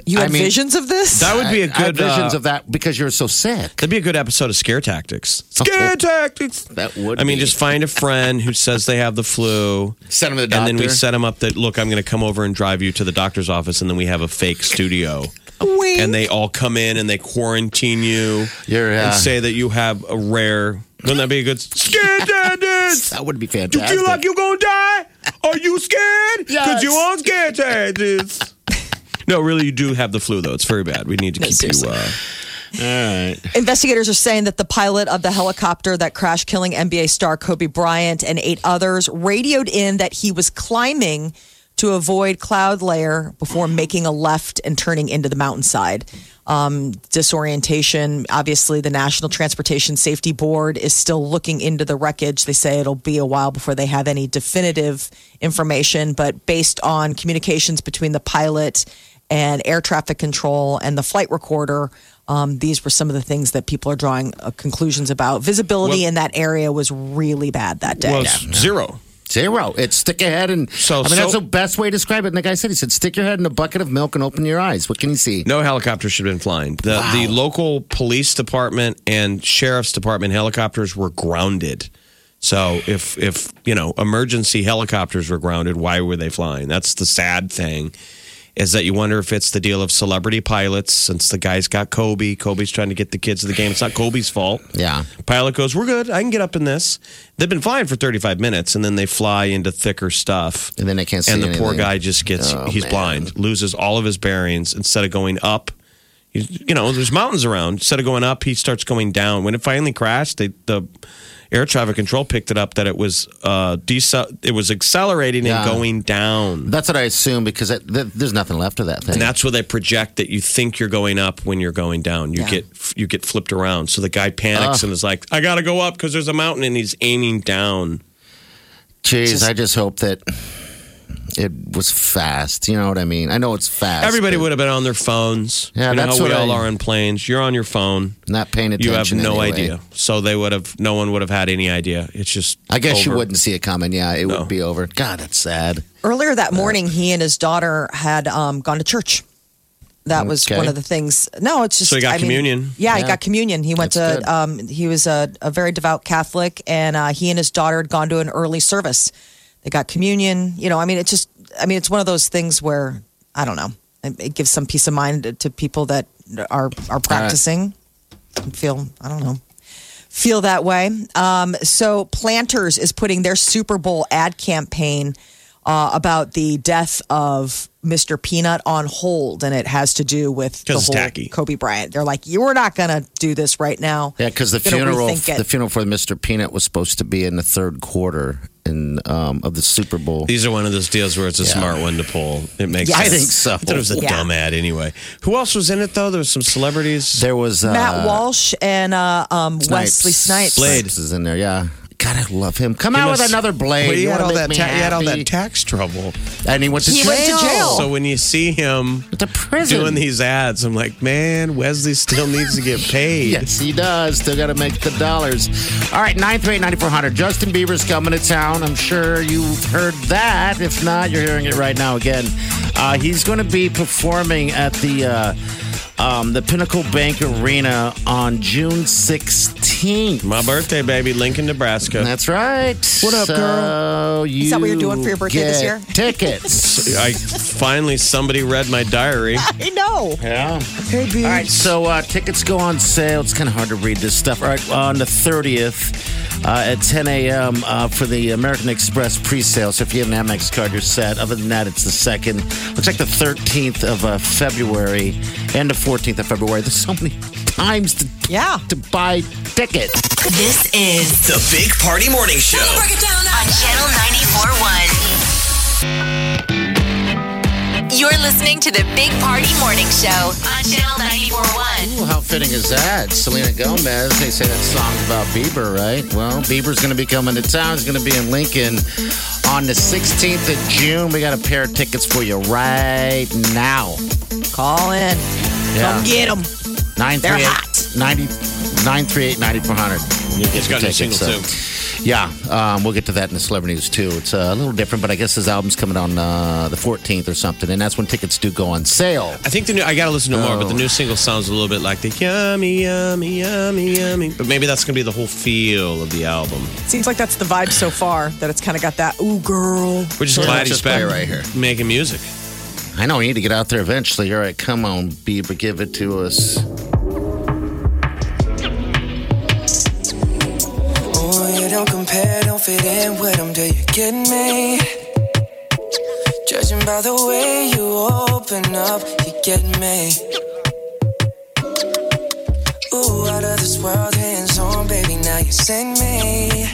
Speaker 4: you
Speaker 5: I
Speaker 4: had
Speaker 5: mean-
Speaker 4: visions of this?
Speaker 6: That would be a
Speaker 5: I had
Speaker 6: good
Speaker 5: visions
Speaker 6: uh,
Speaker 5: of that because you're so sick.
Speaker 6: That'd be a good episode of Scare Tactics. Scare Tactics.
Speaker 5: That would
Speaker 6: I mean,
Speaker 5: be.
Speaker 6: just find a friend who says they have the flu.
Speaker 5: Send 'em to the
Speaker 6: And then we
Speaker 5: doctor.
Speaker 6: set them up that, look, I'm going to come over and drive you to the doctor's office. And then we have a fake studio.
Speaker 4: Wink.
Speaker 6: And they all come in and they quarantine you
Speaker 5: You're, uh,
Speaker 6: and say that you have a rare. Wouldn't that be a good Scare Tactics?
Speaker 5: That would be
Speaker 6: You
Speaker 5: fantastic.
Speaker 6: feel like you're going to die? Are you scared? Because you're on Scare Tactics. No, really, you do have the flu, though. It's very bad. We need to keep you.
Speaker 4: seriously.
Speaker 6: Uh,
Speaker 4: Investigators are saying that the pilot of the helicopter that crashed, killing NBA star Kobe Bryant and eight others, radioed in that he was climbing to avoid cloud layer before making a left and turning into the mountainside. Um, disorientation. Obviously, the National Transportation Safety Board is still looking into the wreckage. They say it'll be a while before they have any definitive information, but based on communications between the pilot and air traffic control and the flight recorder. Um, these were some of the things that people are drawing uh, conclusions about. Visibility
Speaker 6: Well-
Speaker 4: in that area was really bad that day.
Speaker 6: well, it's zero.
Speaker 5: Zero. It's stick your head and
Speaker 6: So-
Speaker 5: I mean
Speaker 6: so-
Speaker 5: that's the best way to describe it. And the guy said he said stick your head in a bucket of milk and open your eyes. What can you see?
Speaker 6: No helicopter should have been flying. The the local police department and sheriff's department helicopters were grounded. So if if you know emergency helicopters were grounded, why were they flying? That's the sad thing. Is that you wonder if it's the deal of celebrity pilots? Since the guy's got Kobe, Kobe's trying to get the kids to the game. It's not Kobe's fault.
Speaker 5: Yeah.
Speaker 6: Pilot goes, "We're good. I can get up in this." They've been flying for 35 minutes, and then they fly into thicker stuff
Speaker 5: And then they can't see
Speaker 6: and the poor
Speaker 5: anything.
Speaker 6: guy just gets
Speaker 5: Oh,
Speaker 6: he's
Speaker 5: man.
Speaker 6: blind loses all of his bearings instead of going up You, you know, there's mountains around. Instead of going up, he starts going down. When it finally crashed, they, the air traffic control picked it up that it was uh, dece- it was accelerating
Speaker 5: Yeah.
Speaker 6: and going down.
Speaker 5: That's what I assume because it, th- there's nothing left of that thing.
Speaker 6: And that's where they project that you think you're going up when you're going down. You
Speaker 4: Yeah.
Speaker 6: get you get flipped around. So the guy panics and is like, "I got to go up because there's a mountain," and he's aiming down.
Speaker 5: Jeez, I just hope that it was fast. You know what I mean? I know it's fast.
Speaker 6: Everybody
Speaker 5: but
Speaker 6: would have been on their phones.
Speaker 5: Yeah,
Speaker 6: you know
Speaker 5: that's
Speaker 6: how we
Speaker 5: what
Speaker 6: all
Speaker 5: I-
Speaker 6: are on planes. You're on your phone.
Speaker 5: not paying
Speaker 6: You
Speaker 5: attention.
Speaker 6: have no
Speaker 5: anyway.
Speaker 6: idea. So they would have. No one would have had any idea. It's just.
Speaker 5: I guess you
Speaker 6: over.
Speaker 5: wouldn't see it coming. Yeah, it
Speaker 6: No.
Speaker 5: would be over. God, that's sad.
Speaker 4: Earlier that morning, he and his daughter had um, gone to church. That was
Speaker 5: Okay.
Speaker 4: one of the things. No, it's just.
Speaker 6: So he got
Speaker 4: I mean,
Speaker 6: communion.
Speaker 4: yeah, he
Speaker 5: Yeah.
Speaker 4: got communion. He went
Speaker 5: That's
Speaker 4: to.
Speaker 5: good.
Speaker 4: Um, he was a, a very devout Catholic, and uh, he and his daughter had gone to an early service. They got communion. You know, I mean, it's just. I mean, it's one of those things where I don't know. It, it gives some peace of mind to, to people that are are practicing. and Feel I don't know. Feel that way. Um, so Planters is putting their Super Bowl ad campaign uh, about the death of Mr. Peanut on hold, and it has to do with the
Speaker 6: 'Cause it's
Speaker 4: whole
Speaker 6: tacky.
Speaker 4: Kobe Bryant. They're like, you are not going to do this right now.
Speaker 5: Yeah, because the
Speaker 4: We're gonna
Speaker 5: funeral,
Speaker 4: rethink it."
Speaker 5: the funeral for Mr. Peanut was supposed to be in the third quarter in um, of the Super Bowl.
Speaker 6: These are one of those deals where it's a smart one to pull. It makes.
Speaker 4: Yes.
Speaker 5: I
Speaker 6: sense.
Speaker 5: think so.
Speaker 6: I thought it was a
Speaker 4: Yeah.
Speaker 6: dumb ad anyway. Who else was in it though? There was some celebrities.
Speaker 5: There was uh,
Speaker 4: Matt Walsh and uh, um, Wesley Snipes.
Speaker 6: Blade.
Speaker 5: is in there. Yeah. God, I love him. Come
Speaker 6: He
Speaker 5: out
Speaker 6: was-
Speaker 5: with another Blade.
Speaker 6: Well, he,
Speaker 5: You
Speaker 6: had
Speaker 5: wanna
Speaker 6: all
Speaker 5: make
Speaker 6: that
Speaker 5: me
Speaker 6: ta- he had all
Speaker 5: happy.
Speaker 6: that tax trouble.
Speaker 5: and he went to
Speaker 4: He
Speaker 5: jail.
Speaker 4: went to jail.
Speaker 6: So when you see him
Speaker 5: to prison.
Speaker 6: doing these ads, I'm like, man, Wesley still needs to get paid.
Speaker 5: Yes, he does. Still got to make the dollars. All right, 938-9400. Justin Bieber's coming to town. I'm sure you've heard that. If not, you're hearing it right now again. Uh, he's going to be performing at the uh, um, the Pinnacle Bank Arena on June 16th.
Speaker 6: My birthday, baby, Lincoln, Nebraska.
Speaker 5: That's right. What
Speaker 4: up,
Speaker 5: so
Speaker 4: girl?
Speaker 5: You
Speaker 4: Is that what you're doing for your birthday this
Speaker 5: get
Speaker 4: year?
Speaker 5: Tickets.
Speaker 6: I finally somebody read my diary.
Speaker 4: I know.
Speaker 5: Yeah. All right, so uh, tickets go on sale. It's kind of hard to read this stuff. All right, on the 30th uh, at 10 a.m. Uh, for the American Express pre sale. So if you have an Amex card, you're set. Other than that, it's the 2nd. Looks like the 13th of uh, February and the 14th of February. There's so many times to,
Speaker 4: Yeah.
Speaker 5: to buy tickets.
Speaker 3: This is
Speaker 2: The Big Party Morning Show.
Speaker 3: on Channel 94.1. You're listening to the Big Party Morning Show on Channel 94.1.
Speaker 5: Ooh, how fitting is that? Selena Gomez. They say that song's about Bieber, right? Well, Bieber's going to be coming to town. He's going to be in Lincoln on the 16th of June. We got a pair of tickets for you right now.
Speaker 4: Call in. Come get them. They're
Speaker 5: 938
Speaker 4: hot.
Speaker 5: 90 938 9400. You
Speaker 6: He's
Speaker 5: get
Speaker 6: got
Speaker 5: your
Speaker 6: a single
Speaker 5: tickets, so- Yeah, um, we'll get to that in the celebrity news too. It's uh, a little different, but I guess his album's coming on uh, the 14th or something, and that's when tickets do go on sale.
Speaker 6: I think the new I gotta listen to more, but the
Speaker 5: Oh.
Speaker 6: new single sounds a little bit like the yummy, yummy, yummy, yummy. But maybe that's gonna be the whole feel of the album.
Speaker 4: Seems like that's the vibe so far. That it's kind of got that ooh girl.
Speaker 6: We're just
Speaker 5: So
Speaker 6: glad
Speaker 5: let's
Speaker 6: he's
Speaker 5: just
Speaker 6: back
Speaker 5: play right here.
Speaker 6: making music.
Speaker 5: I know we need to get out there eventually. All right, come on, Bieber, give it to us.
Speaker 11: Oh, you don't compare, don't fit in with them. Do you get me? Judging by the way you open up, you get me. Ooh, out of this world, hands on, baby. Now you send me.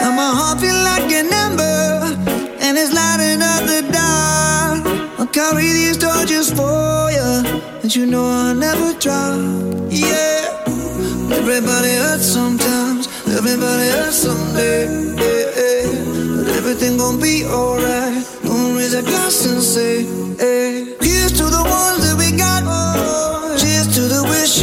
Speaker 9: Now my heart feel like an ember, and it's lighting up the dark. I'll carry these torches for you, and you know I'll never drop. Yeah. Everybody hurts sometimes. Everybody hurts someday. Yeah, yeah. But everything gon' be alright. Gonna raise a glass and say, hey. Here's to the ones that we got. Oh, cheers to the wish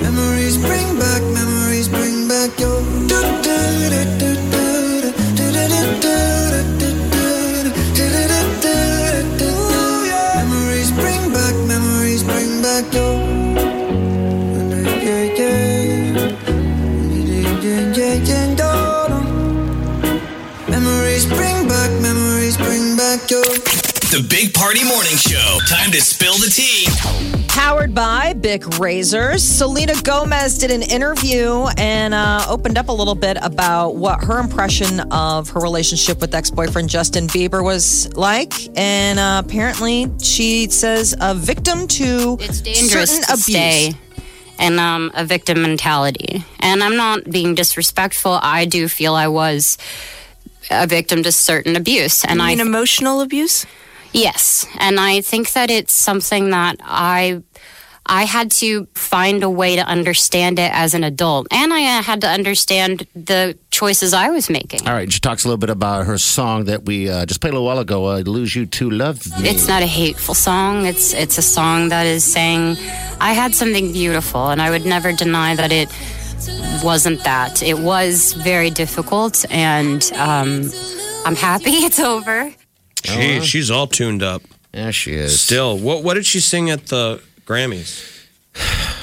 Speaker 9: Memories bring back, memories bring back your. Memories bring back, memories bring back your. Yeah, yeah.
Speaker 2: The Big Party Morning Show. Time to spill the tea.
Speaker 4: Powered by Bic Razors. Selena Gomez did an interview and uh, opened up a little bit about what her impression of her relationship with ex boyfriend Justin Bieber was like. And uh, apparently, she says a victim to
Speaker 12: dangerous
Speaker 4: certain
Speaker 12: to
Speaker 4: abuse.
Speaker 12: stay in um, a victim mentality. And I'm not being disrespectful. I do feel I was a victim to certain abuse, and
Speaker 13: You mean
Speaker 12: I
Speaker 13: emotional abuse.
Speaker 12: Yes, and I think that it's something that I I had to find a way to understand it as an adult, and I uh, had to understand the choices I was making.
Speaker 5: All right, she talks a little bit about her song that we uh, just played a little while ago, uh, "Lose You to Love Me."
Speaker 12: It's not a hateful song. It's it's a song that is saying I had something beautiful and I would never deny that it wasn't that. It was very difficult and um, I'm happy it's over.
Speaker 6: Gee, she's all tuned up.
Speaker 5: Oh, Yeah, she is.
Speaker 6: Still, what what did she sing at the Grammys?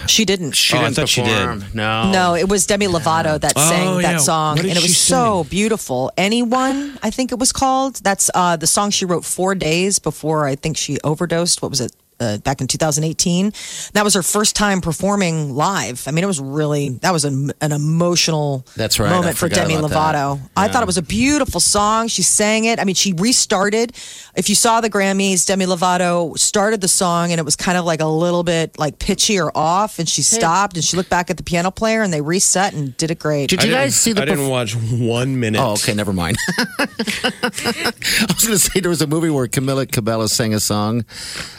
Speaker 4: She didn't.
Speaker 6: She oh, I
Speaker 5: didn't
Speaker 6: thought she
Speaker 5: perform.
Speaker 6: did.
Speaker 5: No.
Speaker 4: No, it was Demi Lovato that
Speaker 6: Oh,
Speaker 4: sang that
Speaker 6: yeah.
Speaker 4: song,
Speaker 6: What
Speaker 4: and
Speaker 6: did
Speaker 4: it was
Speaker 6: she
Speaker 4: so beautiful. Anyone, I think it was called. That's uh, the song she wrote four days before I think she overdosed. What was it? Uh, back in 2018, that was her first time performing live. I mean, it was really that was an, an emotional
Speaker 5: That's right, I
Speaker 4: moment for
Speaker 5: forgot
Speaker 4: Demi
Speaker 5: about
Speaker 4: Lovato.
Speaker 5: that.
Speaker 4: I
Speaker 5: Yeah.
Speaker 4: thought it was a beautiful song. She sang it. I mean, she restarted. If you saw the Grammys, Demi Lovato started the song and it was kind of like a little bit like pitchy or off, and she stopped and she looked back at the piano player and they reset and did it great.
Speaker 6: I didn't- I didn't watch one minute.
Speaker 5: Oh, okay, never mind. I was going to say there was a movie where Camilla Cabello sang a song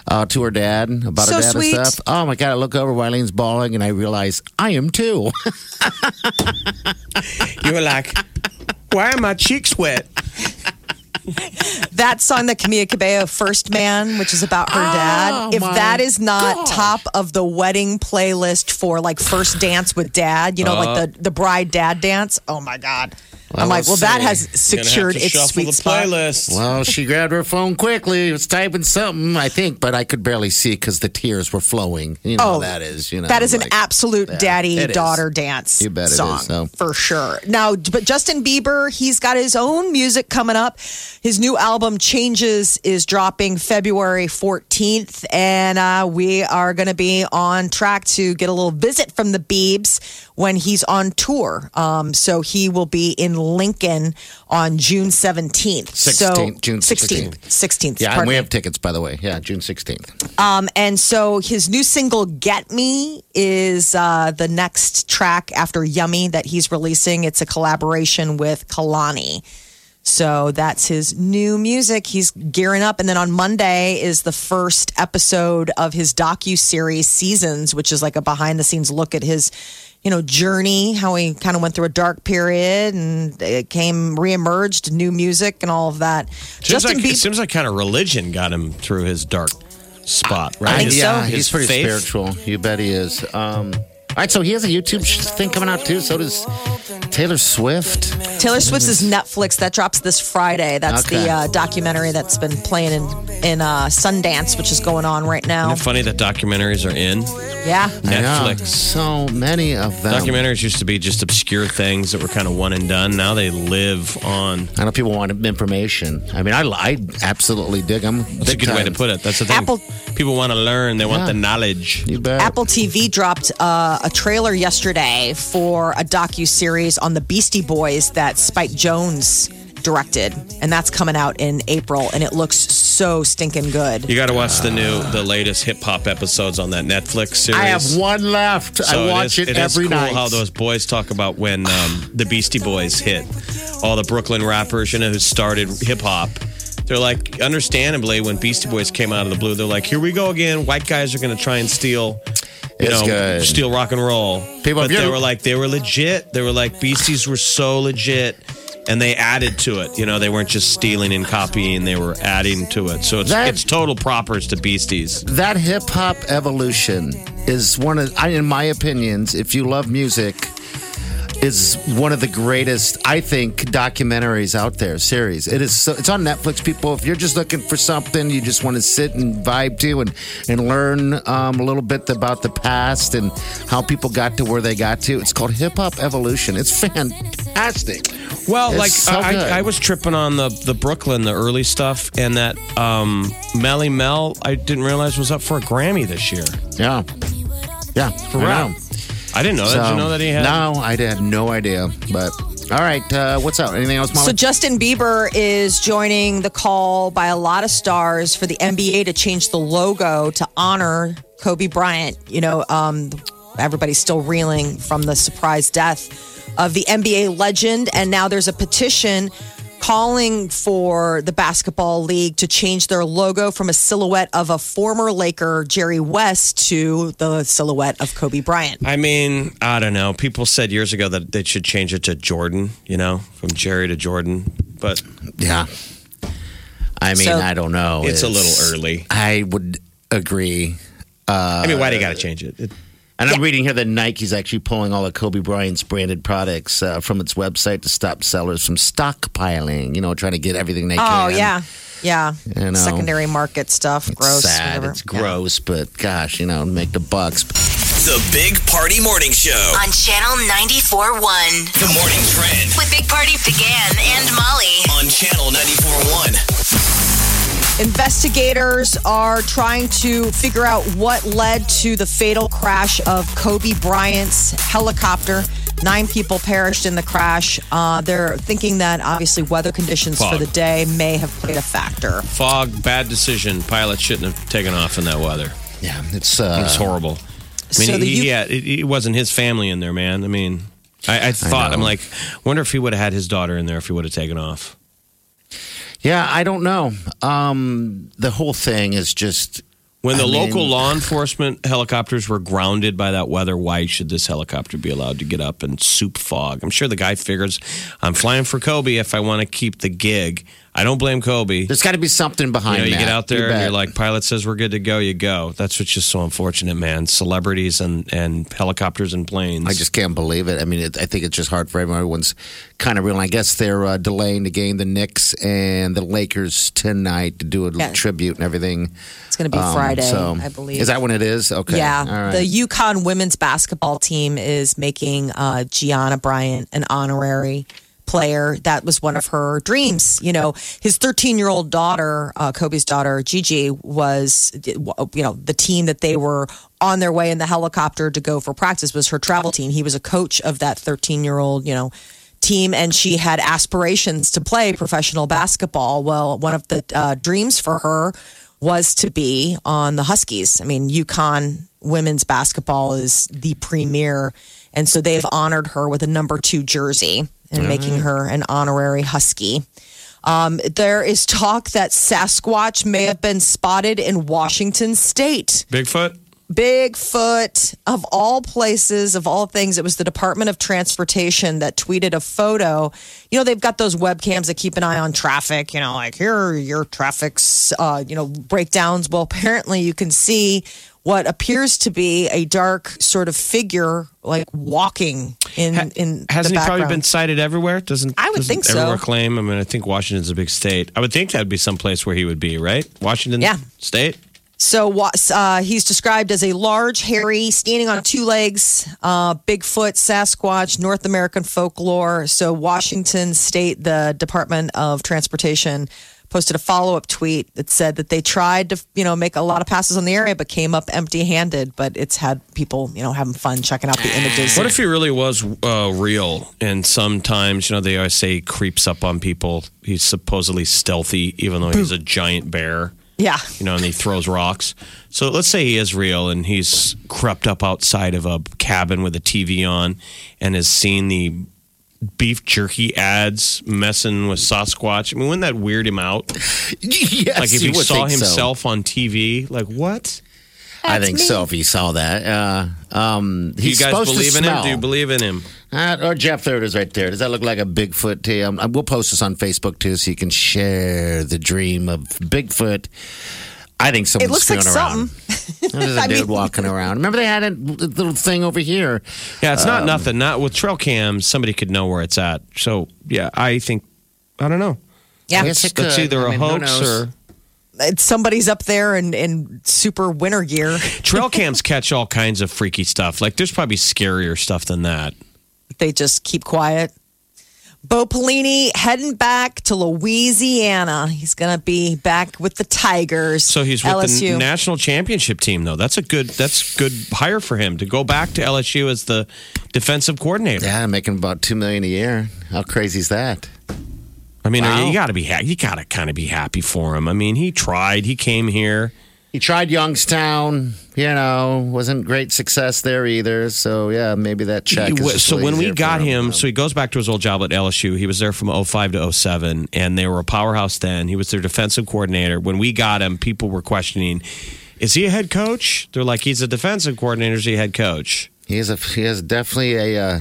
Speaker 5: uh, to her dad about
Speaker 4: So
Speaker 5: her dad
Speaker 4: sweet.
Speaker 5: and stuff. Oh my God, I look over, Wileen's bawling, and I realize I am too.
Speaker 6: You were like, why are my cheeks wet?
Speaker 4: that song that Camila Cabello First Man, which is about her dad. If
Speaker 13: my
Speaker 4: that is not top of the wedding playlist for like first dance with dad, you know,
Speaker 6: Uh.
Speaker 4: like the the bride dad dance. Oh my god.
Speaker 5: Well,
Speaker 4: I'm like, well,
Speaker 5: we'll
Speaker 4: that
Speaker 5: see.
Speaker 4: has
Speaker 5: You're gonna have
Speaker 4: secured
Speaker 5: to
Speaker 4: its
Speaker 5: shuffle
Speaker 4: sweet
Speaker 5: the
Speaker 4: spot.
Speaker 5: well, she grabbed her phone quickly, was typing something, I think, but I could barely see because the tears were flowing. You know how that is, you know.
Speaker 4: Oh, that is an
Speaker 5: like-
Speaker 4: absolute
Speaker 5: Yeah,
Speaker 4: daddy
Speaker 5: it is.
Speaker 4: daughter dance
Speaker 5: You bet it is,
Speaker 4: song
Speaker 5: so.
Speaker 4: for sure. Now, but Justin Bieber, he's got his own music coming up. His new album Changes is dropping February 14th, and uh, we are going to be on track to get a little visit from the Biebs when he's on tour. Um, so he will be in Lincoln on June 17th.
Speaker 5: 16th,
Speaker 4: so,
Speaker 5: June
Speaker 4: 16th. 16th.
Speaker 5: Yeah,
Speaker 4: pardon
Speaker 5: and we
Speaker 4: me.
Speaker 5: have tickets, by the way. Yeah, June 16th.
Speaker 4: Um, and so his new single "Get Me" is uh, the next track after "Yummy" that he's releasing. It's a collaboration with Kalani. So that's his new music. He's gearing up, and then on Monday is the first episode of his docu series "Seasons," which is like a behind-the-scenes look at his, you know, journey, how he kind of went through a dark period and it came reemerged, new music, and all of that.
Speaker 6: Seems
Speaker 4: Justin
Speaker 6: like,
Speaker 4: Bieber.
Speaker 6: it seems like kind of religion got him through his dark spot, right?
Speaker 5: I-
Speaker 6: His-
Speaker 5: yeah,
Speaker 6: his
Speaker 5: he's pretty
Speaker 6: faith.
Speaker 5: spiritual. You bet he is. Um, all right, so he has a YouTube sh- thing coming out too. So does Taylor Swift.
Speaker 4: Taylor Swift's is Netflix. That drops this Friday. That's
Speaker 5: Okay.
Speaker 4: the uh, documentary that's been playing in in uh, Sundance, which is going on right now.
Speaker 6: Isn't it funny that documentaries are in?
Speaker 4: Yeah.
Speaker 5: I know,
Speaker 6: Netflix.
Speaker 5: So many of them.
Speaker 6: Documentaries used to be just obscure things that were kind of one and done. Now they live on.
Speaker 5: I know people want information. I mean, I, I absolutely dig them.
Speaker 6: That's a good way to put it. That's the thing.
Speaker 4: Apple-
Speaker 6: People want to learn. They want
Speaker 5: Yeah.
Speaker 6: the knowledge.
Speaker 5: You bet.
Speaker 4: Apple TV dropped uh, a trailer yesterday for a docu series on the Beastie Boys that Spike Jones directed, and that's coming out in April, and it looks so stinking good.
Speaker 6: You got to watch the new, the latest hip hop episodes on that Netflix series.
Speaker 5: I have one left.
Speaker 6: So
Speaker 5: I watch
Speaker 6: is-
Speaker 5: it, every
Speaker 6: cool
Speaker 5: night.
Speaker 6: How those boys talk about when um, the Beastie Boys hit all the Brooklyn rappers, you know, who started hip hop. They're like, understandably, when Beastie Boys came out of the blue, they're like, "Here we go again. White guys are going to try and steal, you
Speaker 5: It's
Speaker 6: know,
Speaker 5: good.
Speaker 6: steal rock and roll."
Speaker 5: People-
Speaker 6: but they
Speaker 5: you-
Speaker 6: were like, they were legit. They were like, Beasties were so legit. And they added to it. You know, they weren't just stealing and copying, they were adding to it. So it's,
Speaker 5: That-
Speaker 6: it's total propers to Beasties.
Speaker 5: that hip hop evolution is one of, I, in my opinions, if you love music, is one of the greatest, I think, documentaries out there. Series. It is. So, it's on Netflix. People, if you're just looking for something you just want to sit and vibe to and and learn um, a little bit about the past and how people got to where they got to, it's called Hip Hop Evolution. It's fantastic.
Speaker 6: Well,
Speaker 5: It's
Speaker 6: like
Speaker 5: so
Speaker 6: I,
Speaker 5: good.
Speaker 6: I, I was tripping on the the Brooklyn, the early stuff, and that um, Melly Mel. I didn't realize was up for a Grammy this year.
Speaker 5: Yeah, yeah,
Speaker 6: for
Speaker 5: I
Speaker 6: real.
Speaker 5: know.
Speaker 6: I didn't know that. Did you know that he had?
Speaker 5: No, I had no idea. But all right, uh, what's up? Anything else, Molly?
Speaker 4: So Justin Bieber is joining the call by a lot of stars for the NBA to change the logo to honor Kobe Bryant. You know, um, everybody's still reeling from the surprise death of the NBA legend, and now there's a petition calling for the basketball league to change their logo from a silhouette of a former Laker Jerry West to the silhouette of Kobe Bryant.
Speaker 6: I mean, I don't know. People said years ago that they should change it to Jordan. You know, from Jerry to Jordan. But
Speaker 5: yeah, I mean,
Speaker 6: So-
Speaker 5: I don't know.
Speaker 6: It's a little early.
Speaker 5: I would agree. Uh,
Speaker 6: I mean, why do you got to change it? It-
Speaker 5: And I'm reading here that Nike's actually pulling all of Kobe Bryant's branded products uh, from its website to stop sellers from stockpiling. You know, trying to get everything they
Speaker 4: oh
Speaker 5: can.
Speaker 4: yeah, yeah.
Speaker 5: You know.
Speaker 4: Secondary market stuff, gross.
Speaker 5: sad.
Speaker 4: whatever.
Speaker 5: It's gross, but gosh, you know, make the bucks.
Speaker 2: The Big Party Morning Show.
Speaker 3: on Channel 94.1.
Speaker 2: Good morning, Trend.
Speaker 3: With Big Party began and Molly.
Speaker 2: On Channel 94.1.
Speaker 4: Investigators are trying to figure out what led to the fatal crash of Kobe Bryant's helicopter. Nine people perished in the crash. Uh, they're thinking that obviously weather conditions for
Speaker 6: Fog.
Speaker 4: the day may have played a factor.
Speaker 6: Fog, bad decision. Pilot shouldn't have taken off in that weather.
Speaker 5: Yeah, it's uh,
Speaker 6: it's horrible. I mean,
Speaker 4: So the
Speaker 6: he,
Speaker 4: U-
Speaker 6: yeah, it, it wasn't his family in there, man. I mean, I, I thought I'm
Speaker 5: know.
Speaker 6: like, wonder if he would have had his daughter in there if he would have taken off.
Speaker 5: Yeah, I don't know. Um, the whole thing is just
Speaker 6: When the
Speaker 5: I mean-
Speaker 6: local law enforcement helicopters were grounded by that weather, why should this helicopter be allowed to get up and soup fog? I'm sure the guy figures, I'm flying for Kobe if I want to keep the gig. I don't blame Kobe.
Speaker 5: There's got to be something
Speaker 6: You,
Speaker 5: behind
Speaker 6: know, you
Speaker 5: that.
Speaker 6: get out there
Speaker 5: You
Speaker 6: and
Speaker 5: bet.
Speaker 6: you're like, pilot says we're good to go, you go. That's what's just so unfortunate, man. Celebrities and, and helicopters and planes.
Speaker 5: I just can't believe it. I mean, it, I think it's just hard for everyone. Everyone's kind of real. I guess they're uh, delaying the game, the Knicks and the Lakers tonight to do a
Speaker 4: Yeah.
Speaker 5: tribute and everything.
Speaker 4: It's going to be
Speaker 5: Um,
Speaker 4: Friday,
Speaker 5: so-
Speaker 4: I believe.
Speaker 5: Is that when it is? Okay.
Speaker 4: Yeah,
Speaker 5: All right.
Speaker 4: the Yukon women's basketball team is making uh, Gianna Bryant an honorary player. That was one of her dreams. You know, his 13 year old daughter, uh, Kobe's daughter, Gigi, was, you know, the team that they were on their way in the helicopter to go for practice was her travel team. He was a coach of that 13 year old, you know, team and she had aspirations to play professional basketball. Well, one of the uh, dreams for her was to be on the Huskies. I mean, UConn women's basketball is the premier. And so they've honored her with a number two jersey and making her an honorary Husky. Um, there is talk that Sasquatch may have been spotted in Washington state.
Speaker 6: Bigfoot?
Speaker 4: Bigfoot, of all places, of all things, it was the Department of Transportation that tweeted a photo. You know, they've got those webcams that keep an eye on traffic, you know, like here are your traffic's, uh, you know, breakdowns. Well, apparently you can see what appears to be a dark sort of figure like walking in in
Speaker 6: Hasn't
Speaker 4: the
Speaker 6: he probably been
Speaker 4: background.
Speaker 6: cited everywhere? Doesn't
Speaker 4: I would
Speaker 6: doesn't
Speaker 4: think so.
Speaker 6: everywhere claim? I mean, I think Washington's a big state. I would think that'd be some place where he would be, right? Washington
Speaker 4: Yeah.
Speaker 6: state.
Speaker 4: So wa- uh, he's described as a large, hairy, standing on two legs, uh, Bigfoot, Sasquatch, North American folklore. So Washington State, the Department of Transportation, posted a follow-up tweet that said that they tried to, you know, make a lot of passes on the area, but came up empty-handed. But it's had people, you know, having fun checking out the images.
Speaker 6: What if he really was uh, real? And sometimes, you know, they always say he creeps up on people. He's supposedly stealthy, even though he's a giant bear.
Speaker 4: yeah.
Speaker 6: You know, and he throws rocks. So let's say he is real and he's crept up outside of a cabin with a TV on and has seen the beef jerky ads messing with Sasquatch. I mean, wouldn't that weird him out?
Speaker 5: yes,
Speaker 6: like if
Speaker 5: you
Speaker 6: he
Speaker 5: would
Speaker 6: saw
Speaker 5: think so.
Speaker 6: himself on TV, like what?
Speaker 5: I think so. If he saw that, uh, um,
Speaker 6: Do you
Speaker 5: he's
Speaker 6: guys
Speaker 5: supposed
Speaker 6: believe
Speaker 5: to
Speaker 6: in him?
Speaker 5: smell.
Speaker 6: Do you believe in him?
Speaker 5: Uh, or Jeff, there it is right there. Does that look like a Bigfoot to you? Um, we'll post this on Facebook too so you can share the dream of Bigfoot. I think someone's
Speaker 4: it looks like
Speaker 5: screwing around.
Speaker 4: something.
Speaker 5: There's a
Speaker 4: I
Speaker 5: dude
Speaker 4: mean-
Speaker 5: walking around. Remember they had a little thing over here.
Speaker 6: Yeah, it's not
Speaker 5: Um,
Speaker 6: nothing. Not with trail cams, somebody could know where it's at. So yeah, I think I don't know.
Speaker 4: Yeah. I guess
Speaker 6: that's,
Speaker 4: it
Speaker 6: that's
Speaker 4: could.
Speaker 6: either
Speaker 4: I
Speaker 6: a
Speaker 4: mean, who
Speaker 6: hoax
Speaker 4: knows?
Speaker 6: or
Speaker 4: It's somebody's up there in, in super winter gear.
Speaker 6: trail cams catch all kinds of freaky stuff. Like there's probably scarier stuff than that.
Speaker 4: They just keep quiet. Bo Pelini heading back to Louisiana. He's going to be back with the Tigers.
Speaker 6: So he's with
Speaker 4: LSU.
Speaker 6: the national championship team, though. That's a good. That's good hire for him to go back to LSU as the defensive coordinator.
Speaker 5: Yeah, making about two million a year. How crazy is that?
Speaker 6: I mean,
Speaker 5: Wow.
Speaker 6: you got to be ha- you got to kind of be happy for him. I mean, he tried. He came here.
Speaker 5: He tried Youngstown. You know, wasn't great success there either. So yeah, maybe that check.
Speaker 6: He-
Speaker 5: is just
Speaker 6: so
Speaker 5: way
Speaker 6: when we
Speaker 5: easier for
Speaker 6: got him, so he goes back to his old job at LSU. He was there from 05 to 07, and they were a powerhouse then. He was their defensive coordinator. When we got him, people were questioning, is he a head coach? They're like, he's a defensive coordinator. Is he a head coach?
Speaker 5: He has a he has definitely a uh,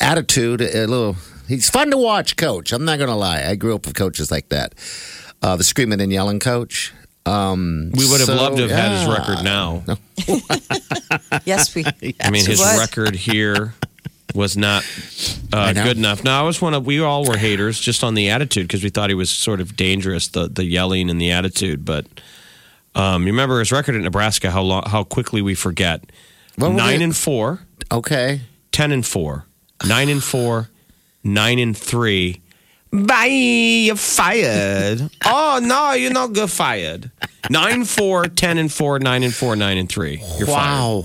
Speaker 5: attitude. A little he's fun to watch, coach. I'm not gonna lie. I grew up with coaches like that. Uh, the screaming and yelling coach. Um,
Speaker 6: We would have
Speaker 5: so,
Speaker 6: loved to have had his
Speaker 5: yeah.
Speaker 6: record now.
Speaker 4: yes, we.
Speaker 6: I mean, his
Speaker 4: What?
Speaker 6: record here was not uh,
Speaker 5: I know.
Speaker 6: good enough. Now, I was one of, we all were haters just on the attitude because we thought he was sort of dangerous, the, the yelling and the attitude. But um, you remember his record at Nebraska, how, long, how quickly we forget.
Speaker 5: What were
Speaker 6: Nine
Speaker 5: we-
Speaker 6: and four,
Speaker 5: Okay.
Speaker 6: 10 and four, nine and four, nine and three. Bye, you're fired. oh, no, you're not good fired. Nine, four, 10 and four, nine and four, nine and three. You're
Speaker 5: wow.
Speaker 6: fired.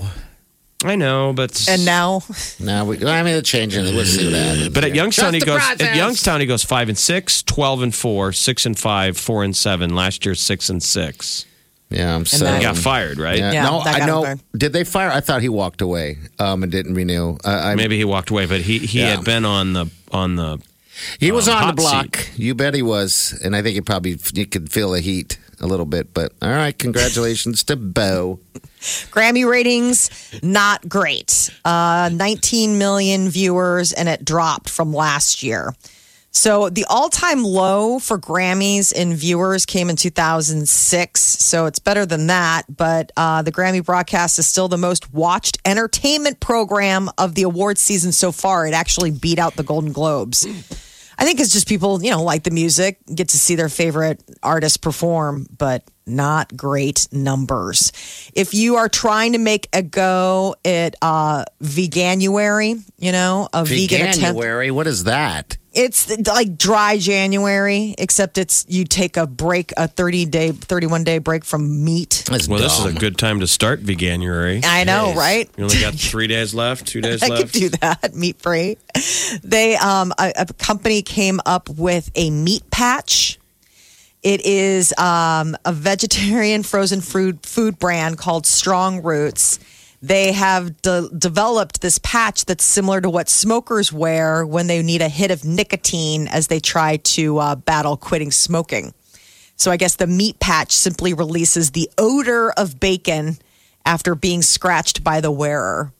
Speaker 6: I know, but.
Speaker 4: And now,
Speaker 5: Now we. I mean, they're changing. it. Let's see what happens.
Speaker 6: But at Youngstown,
Speaker 5: Trust
Speaker 6: he
Speaker 5: the
Speaker 6: goes. At
Speaker 5: process.
Speaker 6: Youngstown, he goes five and six, 12 and four, six and five, four and seven. Last year, six and six.
Speaker 5: Yeah, I'm so.
Speaker 6: He got fired, right?
Speaker 5: Yeah.
Speaker 4: Yeah,
Speaker 5: no,
Speaker 4: that
Speaker 5: I
Speaker 4: got him
Speaker 5: know.
Speaker 4: fired.
Speaker 5: Did they fire? I thought he walked away um, and didn't renew. Uh, I,
Speaker 6: Maybe he walked away, but he he
Speaker 5: Yeah.
Speaker 6: had been on the on the.
Speaker 5: He was
Speaker 6: um,
Speaker 5: on the
Speaker 6: hot
Speaker 5: block. You bet he was, and I think he probably you could feel the heat a little bit. But all right, congratulations to Bo.
Speaker 4: Grammy ratings, not great. Uh, 19 million viewers, and it dropped from last year. So the all time low for Grammys in viewers came in 2006. So it's better than that. But uh, the Grammy broadcast is still the most watched entertainment program of the awards season so far. It actually beat out the Golden Globes. I think it's just people, you know, like the music, get to see their favorite artists perform, but not great numbers. If you are trying to make a go at uh, Veganuary, you know, a vegan attempt
Speaker 5: January. What is that?
Speaker 4: it's like dry January, except it's you take a break, a thirty day, thirty one day break from meat.
Speaker 5: That's
Speaker 6: Well, this is a
Speaker 5: dumb.
Speaker 6: good time to start veganuary.
Speaker 4: I know, right?
Speaker 6: You only got three days left. Two days
Speaker 4: I could
Speaker 6: left.
Speaker 4: do that, meat free. They, um, a, a company came up with a meat patch. It is um, a vegetarian frozen food food brand called Strong Roots. They have de- developed this patch that's similar to what smokers wear when they need a hit of nicotine as they try to uh, battle quitting smoking. So I guess the meat patch simply releases the odor of bacon after being scratched by the wearer.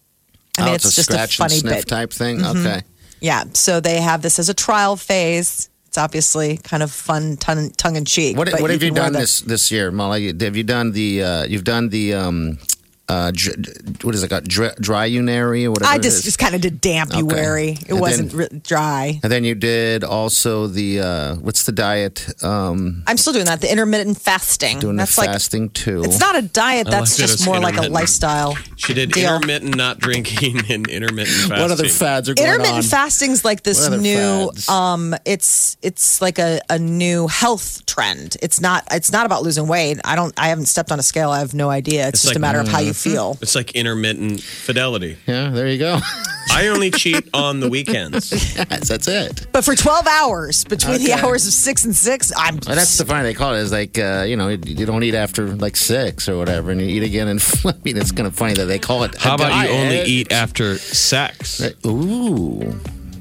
Speaker 4: I mean,
Speaker 5: oh,
Speaker 4: it's,
Speaker 5: it's, a
Speaker 4: just a
Speaker 5: scratch
Speaker 4: funny
Speaker 5: and sniff
Speaker 4: bit. Mm-hmm.
Speaker 5: type thing. Okay.
Speaker 4: Yeah. So they have this as a trial phase. It's obviously kind of fun, tongue, tongue in cheek.
Speaker 5: What,
Speaker 4: but
Speaker 5: what have you
Speaker 4: can wear
Speaker 5: done
Speaker 4: the-
Speaker 5: this this year, Molly? Have you done the uh, you've done the um, uh, dr- what is it called dry, dryunary or whatever?
Speaker 4: I
Speaker 5: it
Speaker 4: just,
Speaker 5: is?
Speaker 4: just kind of did dampuary. It
Speaker 5: And
Speaker 4: wasn't
Speaker 5: then-
Speaker 4: re- dry.
Speaker 5: and then you did also the uh, what's the diet? Um,
Speaker 4: I'm still doing that. The intermittent fasting.
Speaker 5: doing
Speaker 4: that's
Speaker 5: the
Speaker 4: like
Speaker 5: fasting too.
Speaker 4: it's not a diet.
Speaker 6: Oh, I
Speaker 4: That's
Speaker 6: liked it
Speaker 4: just
Speaker 6: as
Speaker 4: more like a
Speaker 6: intermittent.
Speaker 4: lifestyle.
Speaker 6: She did
Speaker 4: Deal.
Speaker 6: intermittent not drinking and intermittent fasting.
Speaker 5: what other fads are going
Speaker 4: Intermittent
Speaker 5: on?
Speaker 4: fasting's like this
Speaker 5: What other
Speaker 4: new
Speaker 5: fads?
Speaker 4: um it's it's like a, a new health trend. It's not it's not about losing weight. I don't I haven't stepped on a scale. I have no idea. It's,
Speaker 6: It's
Speaker 4: just
Speaker 6: like-
Speaker 4: a
Speaker 6: Mm.
Speaker 4: matter of how you feel.
Speaker 6: It's like intermittent fidelity.
Speaker 5: yeah, there you go.
Speaker 6: I only cheat on the weekends.
Speaker 5: yes, that's it.
Speaker 4: But for 12 hours between the
Speaker 5: Okay.
Speaker 4: hours of 6 and 6, I'm
Speaker 5: Well, Uh, that's the funny they call it is like uh, you know you, you don't eat after like six or whatever, and you eat again. And I mean, it's kind of funny that they call it. a
Speaker 6: How about you only
Speaker 5: diet.
Speaker 6: eat after sex?
Speaker 5: Ooh,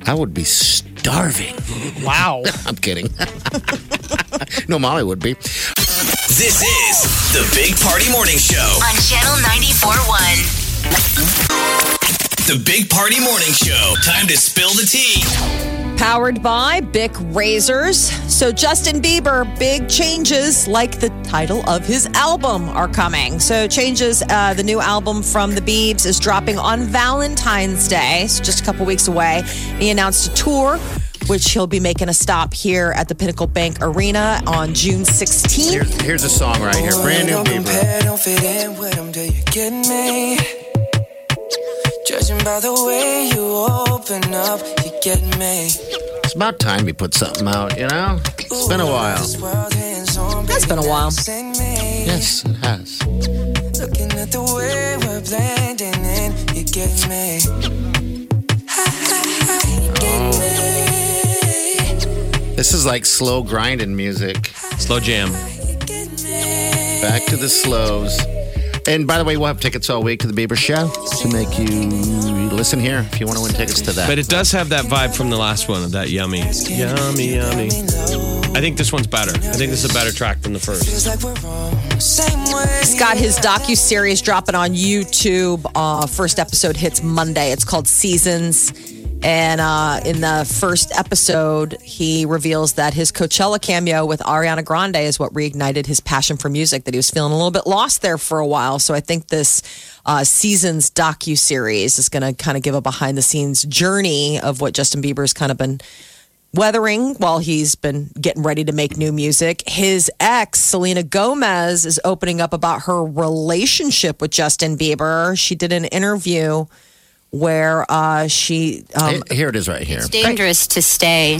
Speaker 5: I would be starving.
Speaker 4: wow.
Speaker 5: I'm kidding. no, Molly would be.
Speaker 2: This is the Big Party Morning Show.
Speaker 3: On Channel 94.1.
Speaker 2: The Big Party Morning Show. Time to spill the tea.
Speaker 4: Powered by Bic Razors. So, Justin Bieber, big changes like the title of his album are coming. So, changes, uh, the new album from the Biebs is dropping on Valentine's Day, so just a couple weeks away. He announced a tour, which he'll be making a stop here at the Pinnacle Bank Arena on June 16th.
Speaker 5: Here's, here's a song right here, brand new Bieber.
Speaker 9: Don't fit in with them, do you get me? Judging by the way you open up, you get me.
Speaker 5: It's about time he put something out. You know, it's been a while.
Speaker 4: That's been a while.
Speaker 5: Yes, it has.
Speaker 9: Looking at the way we're blending in, you get me.
Speaker 5: This is like slow grinding music.
Speaker 6: Slow jam.
Speaker 5: Back to the slows. And by the way, we'll have tickets all week to the Bieber show to make you listen here if you want to win tickets to that.
Speaker 6: But it does have that vibe from the last one, that yummy, yummy, yummy. I think this one's better. I think this is a better track than the first.
Speaker 4: He's got his docu series dropping on YouTube. Uh, first episode hits Monday. It's called Seasons. And uh, in the first episode, he reveals that his Coachella cameo with Ariana Grande is what reignited his passion for music. That he was feeling a little bit lost there for a while. So I think this uh, Seasons docu series is going to kind of give a behind the scenes journey of what Justin Bieber's kind of been weathering while he's been getting ready to make new music. His ex, Selena Gomez, is opening up about her relationship with Justin Bieber. She did an interview where uh, she. Um,
Speaker 5: Hey, here it is right here.
Speaker 12: It's dangerous to stay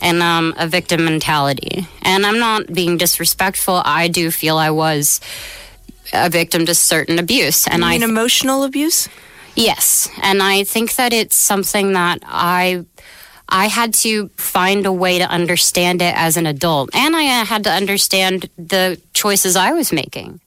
Speaker 12: in um, a victim mentality. And I'm not being disrespectful. I do feel I was a victim to certain abuse. And
Speaker 13: You
Speaker 12: I
Speaker 13: mean
Speaker 12: emotional abuse? Yes. And I think that it's something that I. I had to find a way to understand it as an adult, and I uh, had to understand the choices I was making.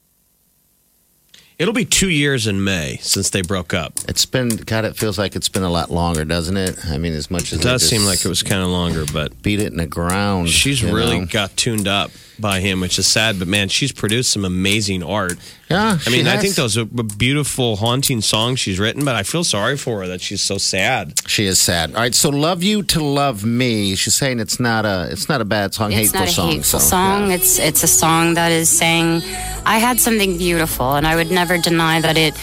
Speaker 6: It'll be two years in May since they broke up.
Speaker 5: It's been, God, it feels like it's been a lot longer, doesn't it? I mean, as much as
Speaker 6: It
Speaker 5: they
Speaker 6: does
Speaker 5: just
Speaker 6: seem like it was kind of longer, but
Speaker 5: beat it in the ground.
Speaker 6: she's
Speaker 5: you
Speaker 6: really
Speaker 5: know?
Speaker 6: got tuned up by him, which is sad. But man, she's produced some amazing art.
Speaker 5: Yeah,
Speaker 6: I mean,
Speaker 5: she
Speaker 6: I
Speaker 5: has.
Speaker 6: think those are beautiful, haunting songs she's written. But I feel sorry for her that she's so sad.
Speaker 5: She is sad. All right, so "Love You to Love Me." She's saying it's not a, it's not a bad song,
Speaker 12: it's
Speaker 5: hateful
Speaker 12: not a
Speaker 5: song.
Speaker 12: hateful
Speaker 5: so,
Speaker 12: song. It's it's a song that is saying, I had something beautiful, and I would never deny that it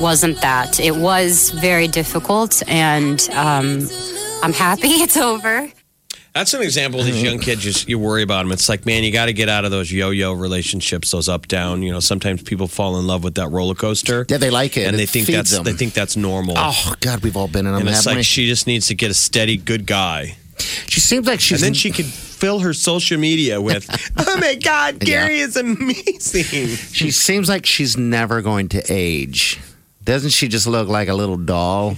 Speaker 12: wasn't that. It was very difficult, and um, I'm happy it's over.
Speaker 6: That's an example of these young kids. You, you worry about them. It's like, man, you got to get out of those yo-yo relationships, those up-down. You know, sometimes people fall in love with that roller coaster.
Speaker 5: Yeah, they like it, it
Speaker 6: and they think
Speaker 5: feeds
Speaker 6: that's
Speaker 5: them.
Speaker 6: they think that's normal.
Speaker 5: Oh God, we've all been in them,
Speaker 6: and it's
Speaker 5: haven't
Speaker 6: like
Speaker 5: we?
Speaker 6: she just needs to get a steady good guy.
Speaker 5: She seems like she's.
Speaker 6: And then she could fill her social media with, oh my God, Gary is amazing.
Speaker 5: She seems like she's never going to age. Doesn't she just look like a little doll?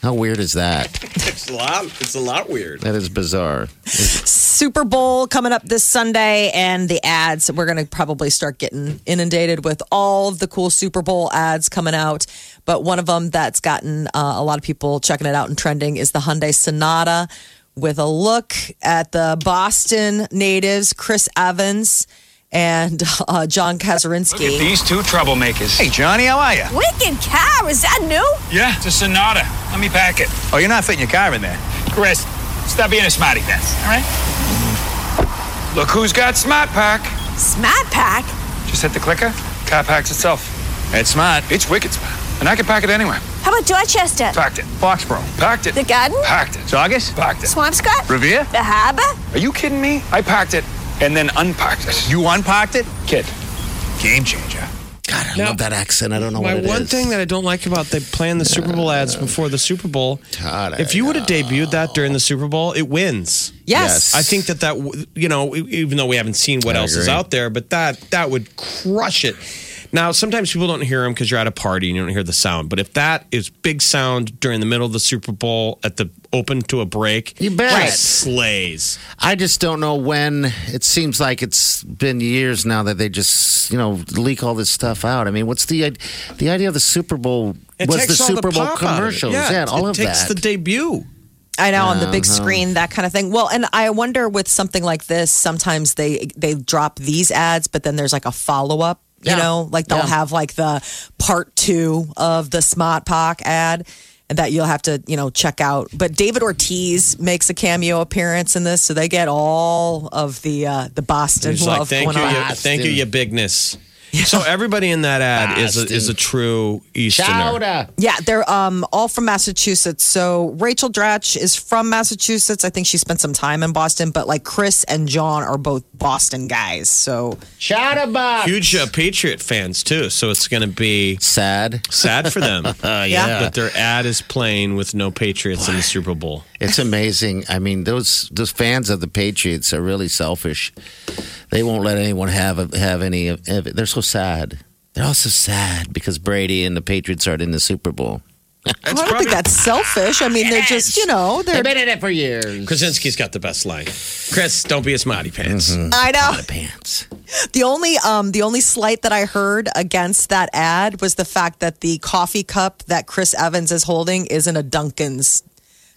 Speaker 5: How weird is that?
Speaker 6: It's a lot. It's a lot weird.
Speaker 5: That is bizarre.
Speaker 4: Super Bowl coming up this Sunday, and the ads. We're going to probably start getting inundated with all of the cool Super Bowl ads coming out. But one of them that's gotten uh, a lot of people checking it out and trending is the Hyundai Sonata with a look at the Boston natives, Chris Evans and uh, John Kazarinski.
Speaker 10: Look at these two troublemakers. Hey, Johnny, how are you?
Speaker 13: Wicked cow, is that new?
Speaker 10: Yeah, it's a Sonata. Let me pack it. Oh, you're not fitting your car in there. Chris, stop being a smarty pants, all right? Look who's got Smart Pack.
Speaker 13: Smart pack.
Speaker 10: Just hit the clicker. Car packs itself. It's smart. It's wicked smart. And I can pack it anywhere.
Speaker 13: How about Dorchester?
Speaker 10: Packed it. Foxborough. Packed it.
Speaker 13: The garden?
Speaker 10: Packed it. Saugus? Packed it.
Speaker 13: Swampscott?
Speaker 10: Revere?
Speaker 13: The harbor?
Speaker 10: Are you kidding me? I packed it and then unpacked it. You unpacked it? Kid. Game changer.
Speaker 5: God, I love that accent. I don't know
Speaker 6: My
Speaker 5: Oh, what it is. Uh,
Speaker 6: one thing that I don't like about they playing the Super Bowl ads before the Super Bowl, if you would have debuted that during the Super Bowl, it wins.
Speaker 4: Yes. Yes.
Speaker 6: I think that that w- you know, e- even though we haven't seen what
Speaker 5: I
Speaker 6: else is
Speaker 5: agree.
Speaker 6: out there, but that that would crush it. Now, sometimes people don't hear them because you're at a party and you don't hear the sound. But if that is big sound during the middle of the Super Bowl at the open to a break,
Speaker 5: You bet.
Speaker 6: it slays.
Speaker 5: I just don't know when. It seems like it's been years now that they just, you know, leak all this stuff out. I mean, what's the id- the idea of the Super Bowl?
Speaker 6: It
Speaker 5: was the
Speaker 6: takes all
Speaker 5: Super Bowl
Speaker 6: pop out of it.
Speaker 5: commercials? Yeah, all
Speaker 6: it
Speaker 5: of
Speaker 6: takes
Speaker 5: that.
Speaker 6: the debut.
Speaker 4: I know on the big
Speaker 5: Uh-huh.
Speaker 4: screen, that kind of thing. Well, and I wonder with something like this, sometimes they they drop these ads, but then there's like a follow up. You
Speaker 5: Yeah.
Speaker 4: know, like they'll
Speaker 5: Yeah.
Speaker 4: have like the part two of the Smart Pack ad, that you'll have to, you know, check out. But David Ortiz makes a cameo appearance in this, so they get all of the uh, the Boston
Speaker 6: He's
Speaker 4: love
Speaker 6: like, thank
Speaker 4: going
Speaker 6: you,
Speaker 4: on.
Speaker 6: you, thank you, your bigness. So everybody in that ad is a, is a true Easterner.
Speaker 4: Yeah, they're um, all from Massachusetts. So Rachel Dratch is from Massachusetts. I think she spent some time in Boston, but like Chris and John are both Boston guys. So
Speaker 5: Chatterbox.
Speaker 6: Huge uh, Patriot fans too, so it's going to be
Speaker 5: sad,
Speaker 6: sad for them.
Speaker 5: Uh, yeah.
Speaker 6: that their ad is playing with no Patriots in the Super Bowl.
Speaker 5: It's amazing. I mean, those those fans of the Patriots are really selfish. They won't let anyone have have any of of it. They're so sad. They're also sad because Brady and the Patriots aren't in the Super Bowl.
Speaker 4: I don't think that's selfish. I mean, they're just you know they're
Speaker 5: been in it for years.
Speaker 6: Krasinski's got the best line. Chris, don't be a smarty pants.
Speaker 4: I know.
Speaker 5: Mm-hmm. pants.
Speaker 4: The only um the only slight that I heard against that ad was the fact that the coffee cup that Chris Evans is holding isn't a Duncan's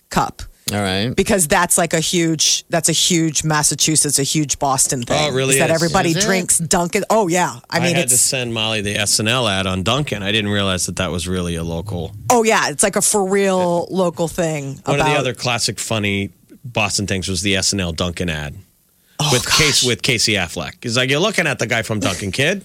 Speaker 4: cup
Speaker 5: All right.
Speaker 4: because that's like a huge that's a huge Massachusetts a huge Boston thing.
Speaker 6: Oh, it really
Speaker 4: is that
Speaker 6: is.
Speaker 4: everybody
Speaker 6: Is it?
Speaker 4: drinks Dunkin'. Oh yeah, I mean
Speaker 6: had to
Speaker 4: it's
Speaker 6: send Molly the SNL ad on Duncan. I didn't realize that that was really a local.
Speaker 4: oh yeah, it's like a for real local thing
Speaker 6: One
Speaker 4: about
Speaker 6: of the other classic funny Boston things was the SNL Duncan ad
Speaker 4: Oh,
Speaker 6: with Case with Casey Affleck. He's like, "You're looking at the guy from Duncan, kid."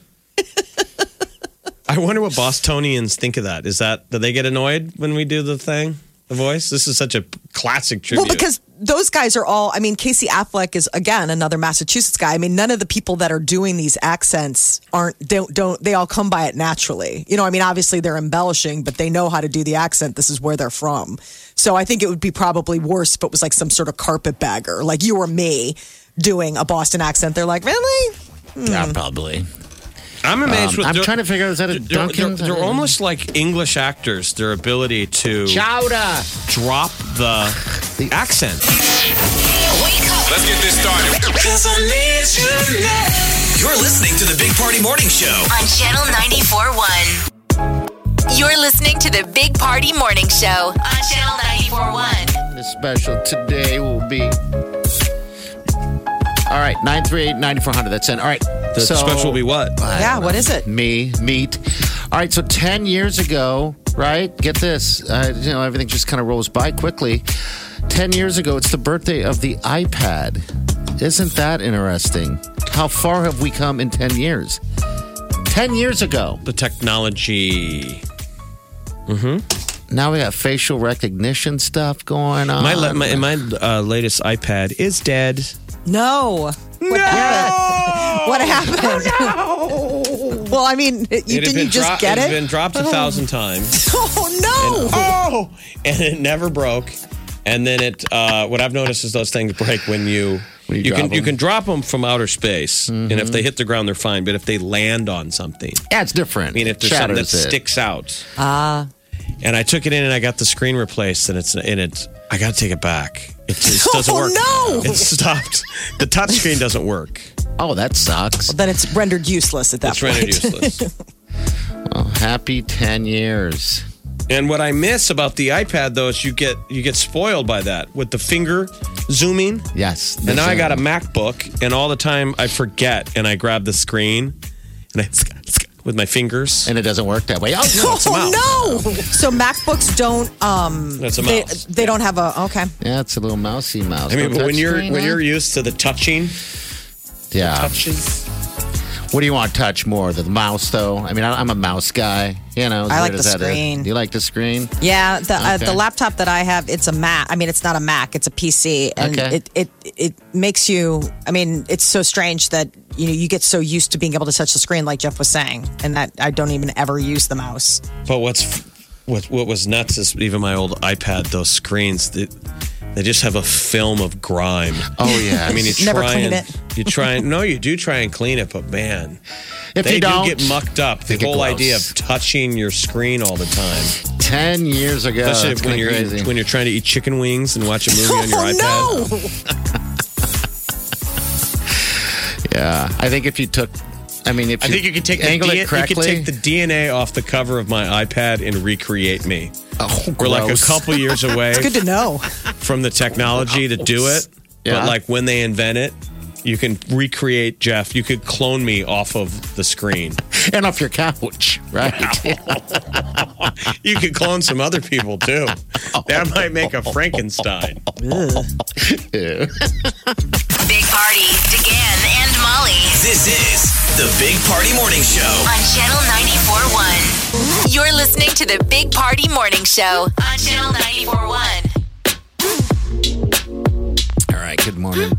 Speaker 6: I wonder what Bostonians think of that. Is that do they get annoyed when we do the thing, the voice? This is such a classic tribute.
Speaker 4: Well, because those guys are all, I mean, Casey Affleck is again another Massachusetts guy. I mean, none of the people that are doing these accents aren't, don't, don't, they all come by it naturally. You know, I mean, obviously they're embellishing, but they know how to do the accent. This is where they're from. So I think it would be probably worse if it was like some sort of carpetbagger, like you or me doing a Boston accent. They're like, really?
Speaker 5: Yeah, probably.
Speaker 6: Hmm. I'm amazed
Speaker 5: Um,
Speaker 6: with.
Speaker 5: I'm
Speaker 6: they're-
Speaker 5: trying to figure out is that a
Speaker 6: they're, they're,
Speaker 5: Dunkin'?
Speaker 6: they're almost like English actors. Their ability to
Speaker 5: Chowder.
Speaker 6: drop the, accent.
Speaker 2: Let's get this started. You're listening to the Big Party Morning Show.
Speaker 3: on Channel 94.1. You're listening to the Big Party Morning Show on Channel 94.1.
Speaker 5: The special today will be. All right, 938 9400. That's in. All right.
Speaker 6: The special will be what?
Speaker 4: Yeah, what is it?
Speaker 5: Me, meat. All right, so 10 years ago, right? Get this. Uh, you know, everything just kind of rolls by quickly. 10 years ago, it's the birthday of the iPad. Isn't that interesting? How far have we come in 10 years? 10 years ago.
Speaker 6: The technology. Mm-hmm.
Speaker 5: Now we got facial recognition stuff going
Speaker 4: Oh,
Speaker 5: on.
Speaker 6: My, le- my, my uh, latest iPad is dead.
Speaker 4: No. What happened? What happened? no. well, I mean, you,
Speaker 6: had
Speaker 4: didn't
Speaker 6: been
Speaker 4: you just
Speaker 6: dro-
Speaker 4: get
Speaker 6: had
Speaker 4: it?
Speaker 6: been dropped a
Speaker 4: Oh.
Speaker 6: thousand times,
Speaker 4: Oh, no.
Speaker 6: Oh, and it never broke. And then it. Uh, what I've noticed is those things break when you.
Speaker 5: When you
Speaker 6: you can
Speaker 5: drop them.
Speaker 6: you
Speaker 5: Mm-hmm.
Speaker 6: can drop them from outer space, and if they hit the ground, they're fine. But if they land on something,
Speaker 5: Yeah, it's different.
Speaker 6: I mean, if there's something that
Speaker 5: Shatters it.
Speaker 6: sticks out. Ah. And I took it in and I got the screen replaced, and it's in it. I got to take it back. It just doesn't
Speaker 4: Oh,
Speaker 6: work.
Speaker 4: no!
Speaker 6: It stopped. The touch screen doesn't work.
Speaker 5: Oh, that sucks.
Speaker 4: then it's rendered useless at that
Speaker 6: It's
Speaker 4: point.
Speaker 6: rendered useless.
Speaker 5: Well, happy 10 years.
Speaker 6: And what I miss about the iPad though is you get you get spoiled by that with the finger zooming.
Speaker 5: Yes.
Speaker 6: And now I got a
Speaker 5: a.
Speaker 6: MacBook, and all the time I forget, and I grab the screen, and I with my fingers.
Speaker 5: And it doesn't work that way. Oh, no.
Speaker 4: Oh no! So MacBooks don't um
Speaker 6: That's a
Speaker 4: they,
Speaker 6: mouse.
Speaker 4: they don't have a okay.
Speaker 5: Yeah, it's a little mousy mouse.
Speaker 6: I mean,
Speaker 5: No
Speaker 6: but when
Speaker 5: touch
Speaker 6: you're
Speaker 5: screen,
Speaker 6: when
Speaker 5: huh?
Speaker 6: you're used to the touching,
Speaker 5: yeah.
Speaker 6: touches.
Speaker 5: What do you want to touch more? The mouse, though. I mean, I- I'm a mouse guy. You know, as
Speaker 4: I like
Speaker 5: weird as
Speaker 4: the
Speaker 5: that is.
Speaker 4: screen.
Speaker 5: You like the screen?
Speaker 4: Yeah, the uh,
Speaker 5: Okay.
Speaker 4: the laptop that I have, it's a Mac. I mean, it's not a Mac, it's a PC, and
Speaker 5: Okay.
Speaker 4: it it it makes you. I mean, it's so strange that you know you get so used to being able to touch the screen, like Jeff was saying, and that I don't even ever use the mouse.
Speaker 6: But what's what what was nuts is even my old iPad. Those screens they, they just have a film of grime.
Speaker 5: Oh yeah.
Speaker 6: I mean, you try
Speaker 4: Never clean
Speaker 6: and,
Speaker 4: it.
Speaker 6: You try and no, you do try and clean it, but man,
Speaker 5: if
Speaker 6: they
Speaker 5: you
Speaker 6: do
Speaker 5: don't
Speaker 6: get mucked up. The
Speaker 5: they get
Speaker 6: whole idea
Speaker 5: gross.
Speaker 6: of touching your screen all the time,
Speaker 5: ten years ago,
Speaker 6: especially
Speaker 5: it's
Speaker 6: when
Speaker 5: kinda
Speaker 6: you're
Speaker 5: crazy.
Speaker 6: when you're trying to eat chicken wings and watch a movie on your iPad.
Speaker 4: oh no!
Speaker 5: yeah, I think if you took, I mean, if
Speaker 6: I think you could take the
Speaker 5: angle
Speaker 6: D-
Speaker 5: it
Speaker 6: you could
Speaker 5: correctly,
Speaker 6: take the DNA off the cover of my iPad and recreate me.
Speaker 5: oh,
Speaker 6: We're like a
Speaker 5: gross.
Speaker 6: couple years away
Speaker 4: Good to know.
Speaker 6: from the technology to do it,
Speaker 5: Yeah.
Speaker 6: but like when they invent it, you can recreate Jeff. You could clone me off of the screen.
Speaker 5: and off your couch, right?
Speaker 6: you could clone some other people too. That might make a Frankenstein.
Speaker 3: Big Party, DeGan and Molly
Speaker 2: This is the Big Party Morning Show.
Speaker 3: on Channel 94.1. You're listening to the Big Party Morning Show on Channel 94.1.
Speaker 5: All right, good morning.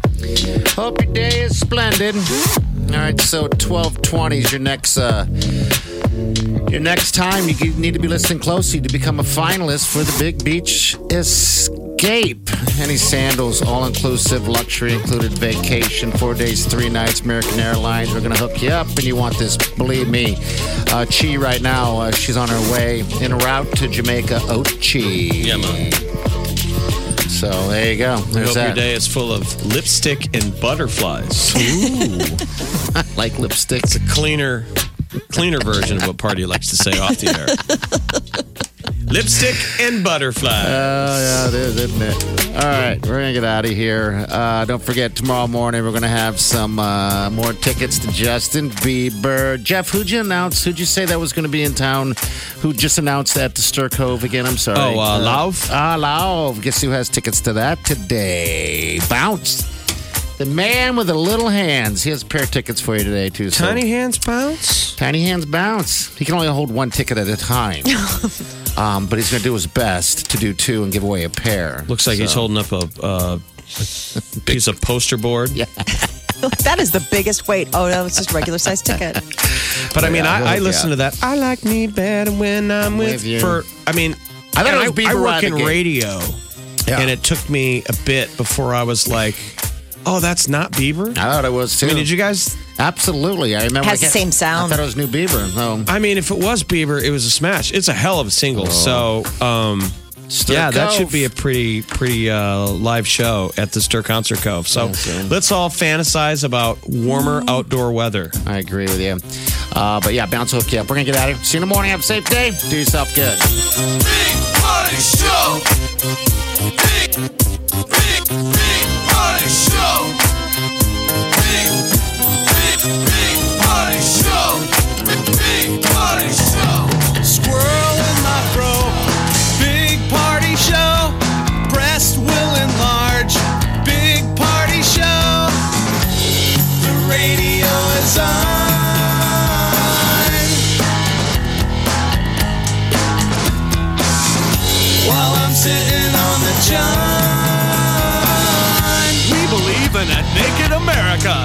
Speaker 5: Hope your day is splendid. All right, so 1220 is your next uh your next time you need to be listening closely to become a finalist for the Big Beach Escape. Any sandals, all inclusive, luxury included vacation, four days, three nights, American Airlines. We're going to hook you up and you want this, believe me. Uh, Chi, right now, uh, she's on her way en route to Jamaica, Ochi. Yeah, man. So there you go.
Speaker 6: I
Speaker 5: There's
Speaker 6: hope
Speaker 5: that.
Speaker 6: your day is full of lipstick and butterflies. Ooh.
Speaker 5: I like lipstick. It's
Speaker 6: a cleaner, cleaner version of what Party likes to say off the air. lipstick and butterflies.
Speaker 5: Oh, yeah, it is, isn't it? All right, we're going to get out of here. Uh, don't forget, tomorrow morning we're going to have some uh, more tickets to Justin Bieber. Jeff, who'd you announce? Who'd you say that was going to be in town? Who just announced at the Stir Cove again? I'm sorry.
Speaker 6: Oh, uh, Lauv?
Speaker 5: Ah, Lauv. Guess who has tickets to that today? Bounce. The man with the little hands. He has a pair of tickets for you today, too. so-
Speaker 6: Tiny hands bounce?
Speaker 5: Tiny hands bounce. He can only hold one ticket at a time. um, but he's going to do his best to do two and give away a pair.
Speaker 6: Looks like he's
Speaker 5: So-
Speaker 6: holding up a, uh, a piece of poster board.
Speaker 5: Yeah.
Speaker 4: that is the biggest wait. Oh no, it's just a regular size ticket.
Speaker 6: But I mean,
Speaker 4: Yeah,
Speaker 6: I, I
Speaker 4: look,
Speaker 6: listen
Speaker 4: yeah.
Speaker 6: to that. I like me better when I'm with,
Speaker 5: With you.
Speaker 6: For I mean,
Speaker 5: I thought
Speaker 6: and
Speaker 5: it was Bieber
Speaker 6: I, work in
Speaker 5: Radegate.
Speaker 6: radio, and it took me a bit before I was like, "Oh, that's not Bieber."
Speaker 5: I thought it was too.
Speaker 6: I mean, did you guys?
Speaker 5: Absolutely, I remember.
Speaker 4: Has the same sound.
Speaker 5: I thought it was New Bieber. No.
Speaker 6: I mean, if it was Bieber, it was a smash. It's a hell of a single. So, um, yeah, that
Speaker 5: Oh. Cove.
Speaker 6: should be a pretty, pretty uh, live show at the Stir Concert Cove. So, let's all fantasize about warmer
Speaker 4: Mm.
Speaker 6: outdoor weather.
Speaker 5: I agree with you. Uh, but yeah, bounce hook you up. We're gonna get out of here. See you in the morning. Have a safe day. Do yourself good.
Speaker 2: Party Show. Big, big, big Party Show. Big, big, big Party Show. Big, big Party Show. Squirrel in my bro. Big Party Show. Breast will enlarge. Big Party Show. The radio is on. while I'm sitting on the john.
Speaker 14: We believe in a naked America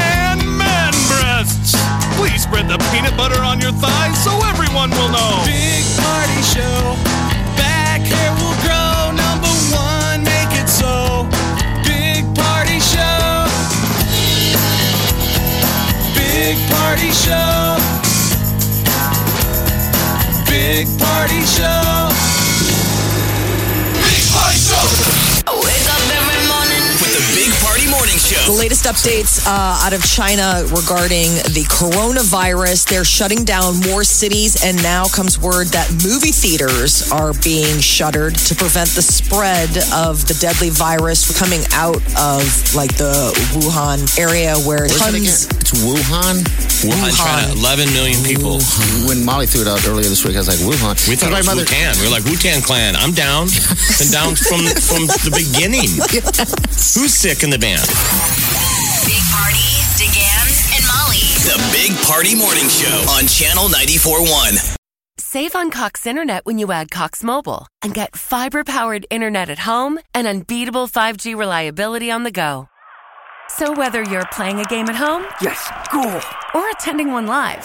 Speaker 14: and man breasts. Please spread the peanut butter on your thighs so everyone will know.
Speaker 2: Big party show. Back hair will grow. Number one, make it so. Big party show. Big party show. Big party show. Big party show.
Speaker 3: Wake up every morning.
Speaker 2: With the Big Party Morning Show.
Speaker 4: The latest updates uh, out of China regarding the coronavirus. They're shutting down more cities, and now comes word that movie theaters are being shuttered to prevent the spread of the deadly virus coming out of like the Wuhan area where
Speaker 5: Where's it
Speaker 4: tons.
Speaker 5: again? It's Wuhan.
Speaker 6: Wuhan, China, 11 million people.
Speaker 5: When Molly threw it out earlier this week, I was like, Wuhan.
Speaker 6: We thought it
Speaker 5: my
Speaker 6: was
Speaker 5: mother-
Speaker 6: Wu-Tan. We were like, Wu-Tan Clan, I'm down. Been down from, from the beginning. Who's sick in the band?
Speaker 3: Big Party, DeGan and Molly.
Speaker 2: The Big Party Morning Show on Channel 94.1.
Speaker 15: Save on Cox Internet when you add Cox Mobile and get fiber powered internet at home and unbeatable 5G reliability on the go. So, whether you're playing a game at home, yes, cool, or attending one live,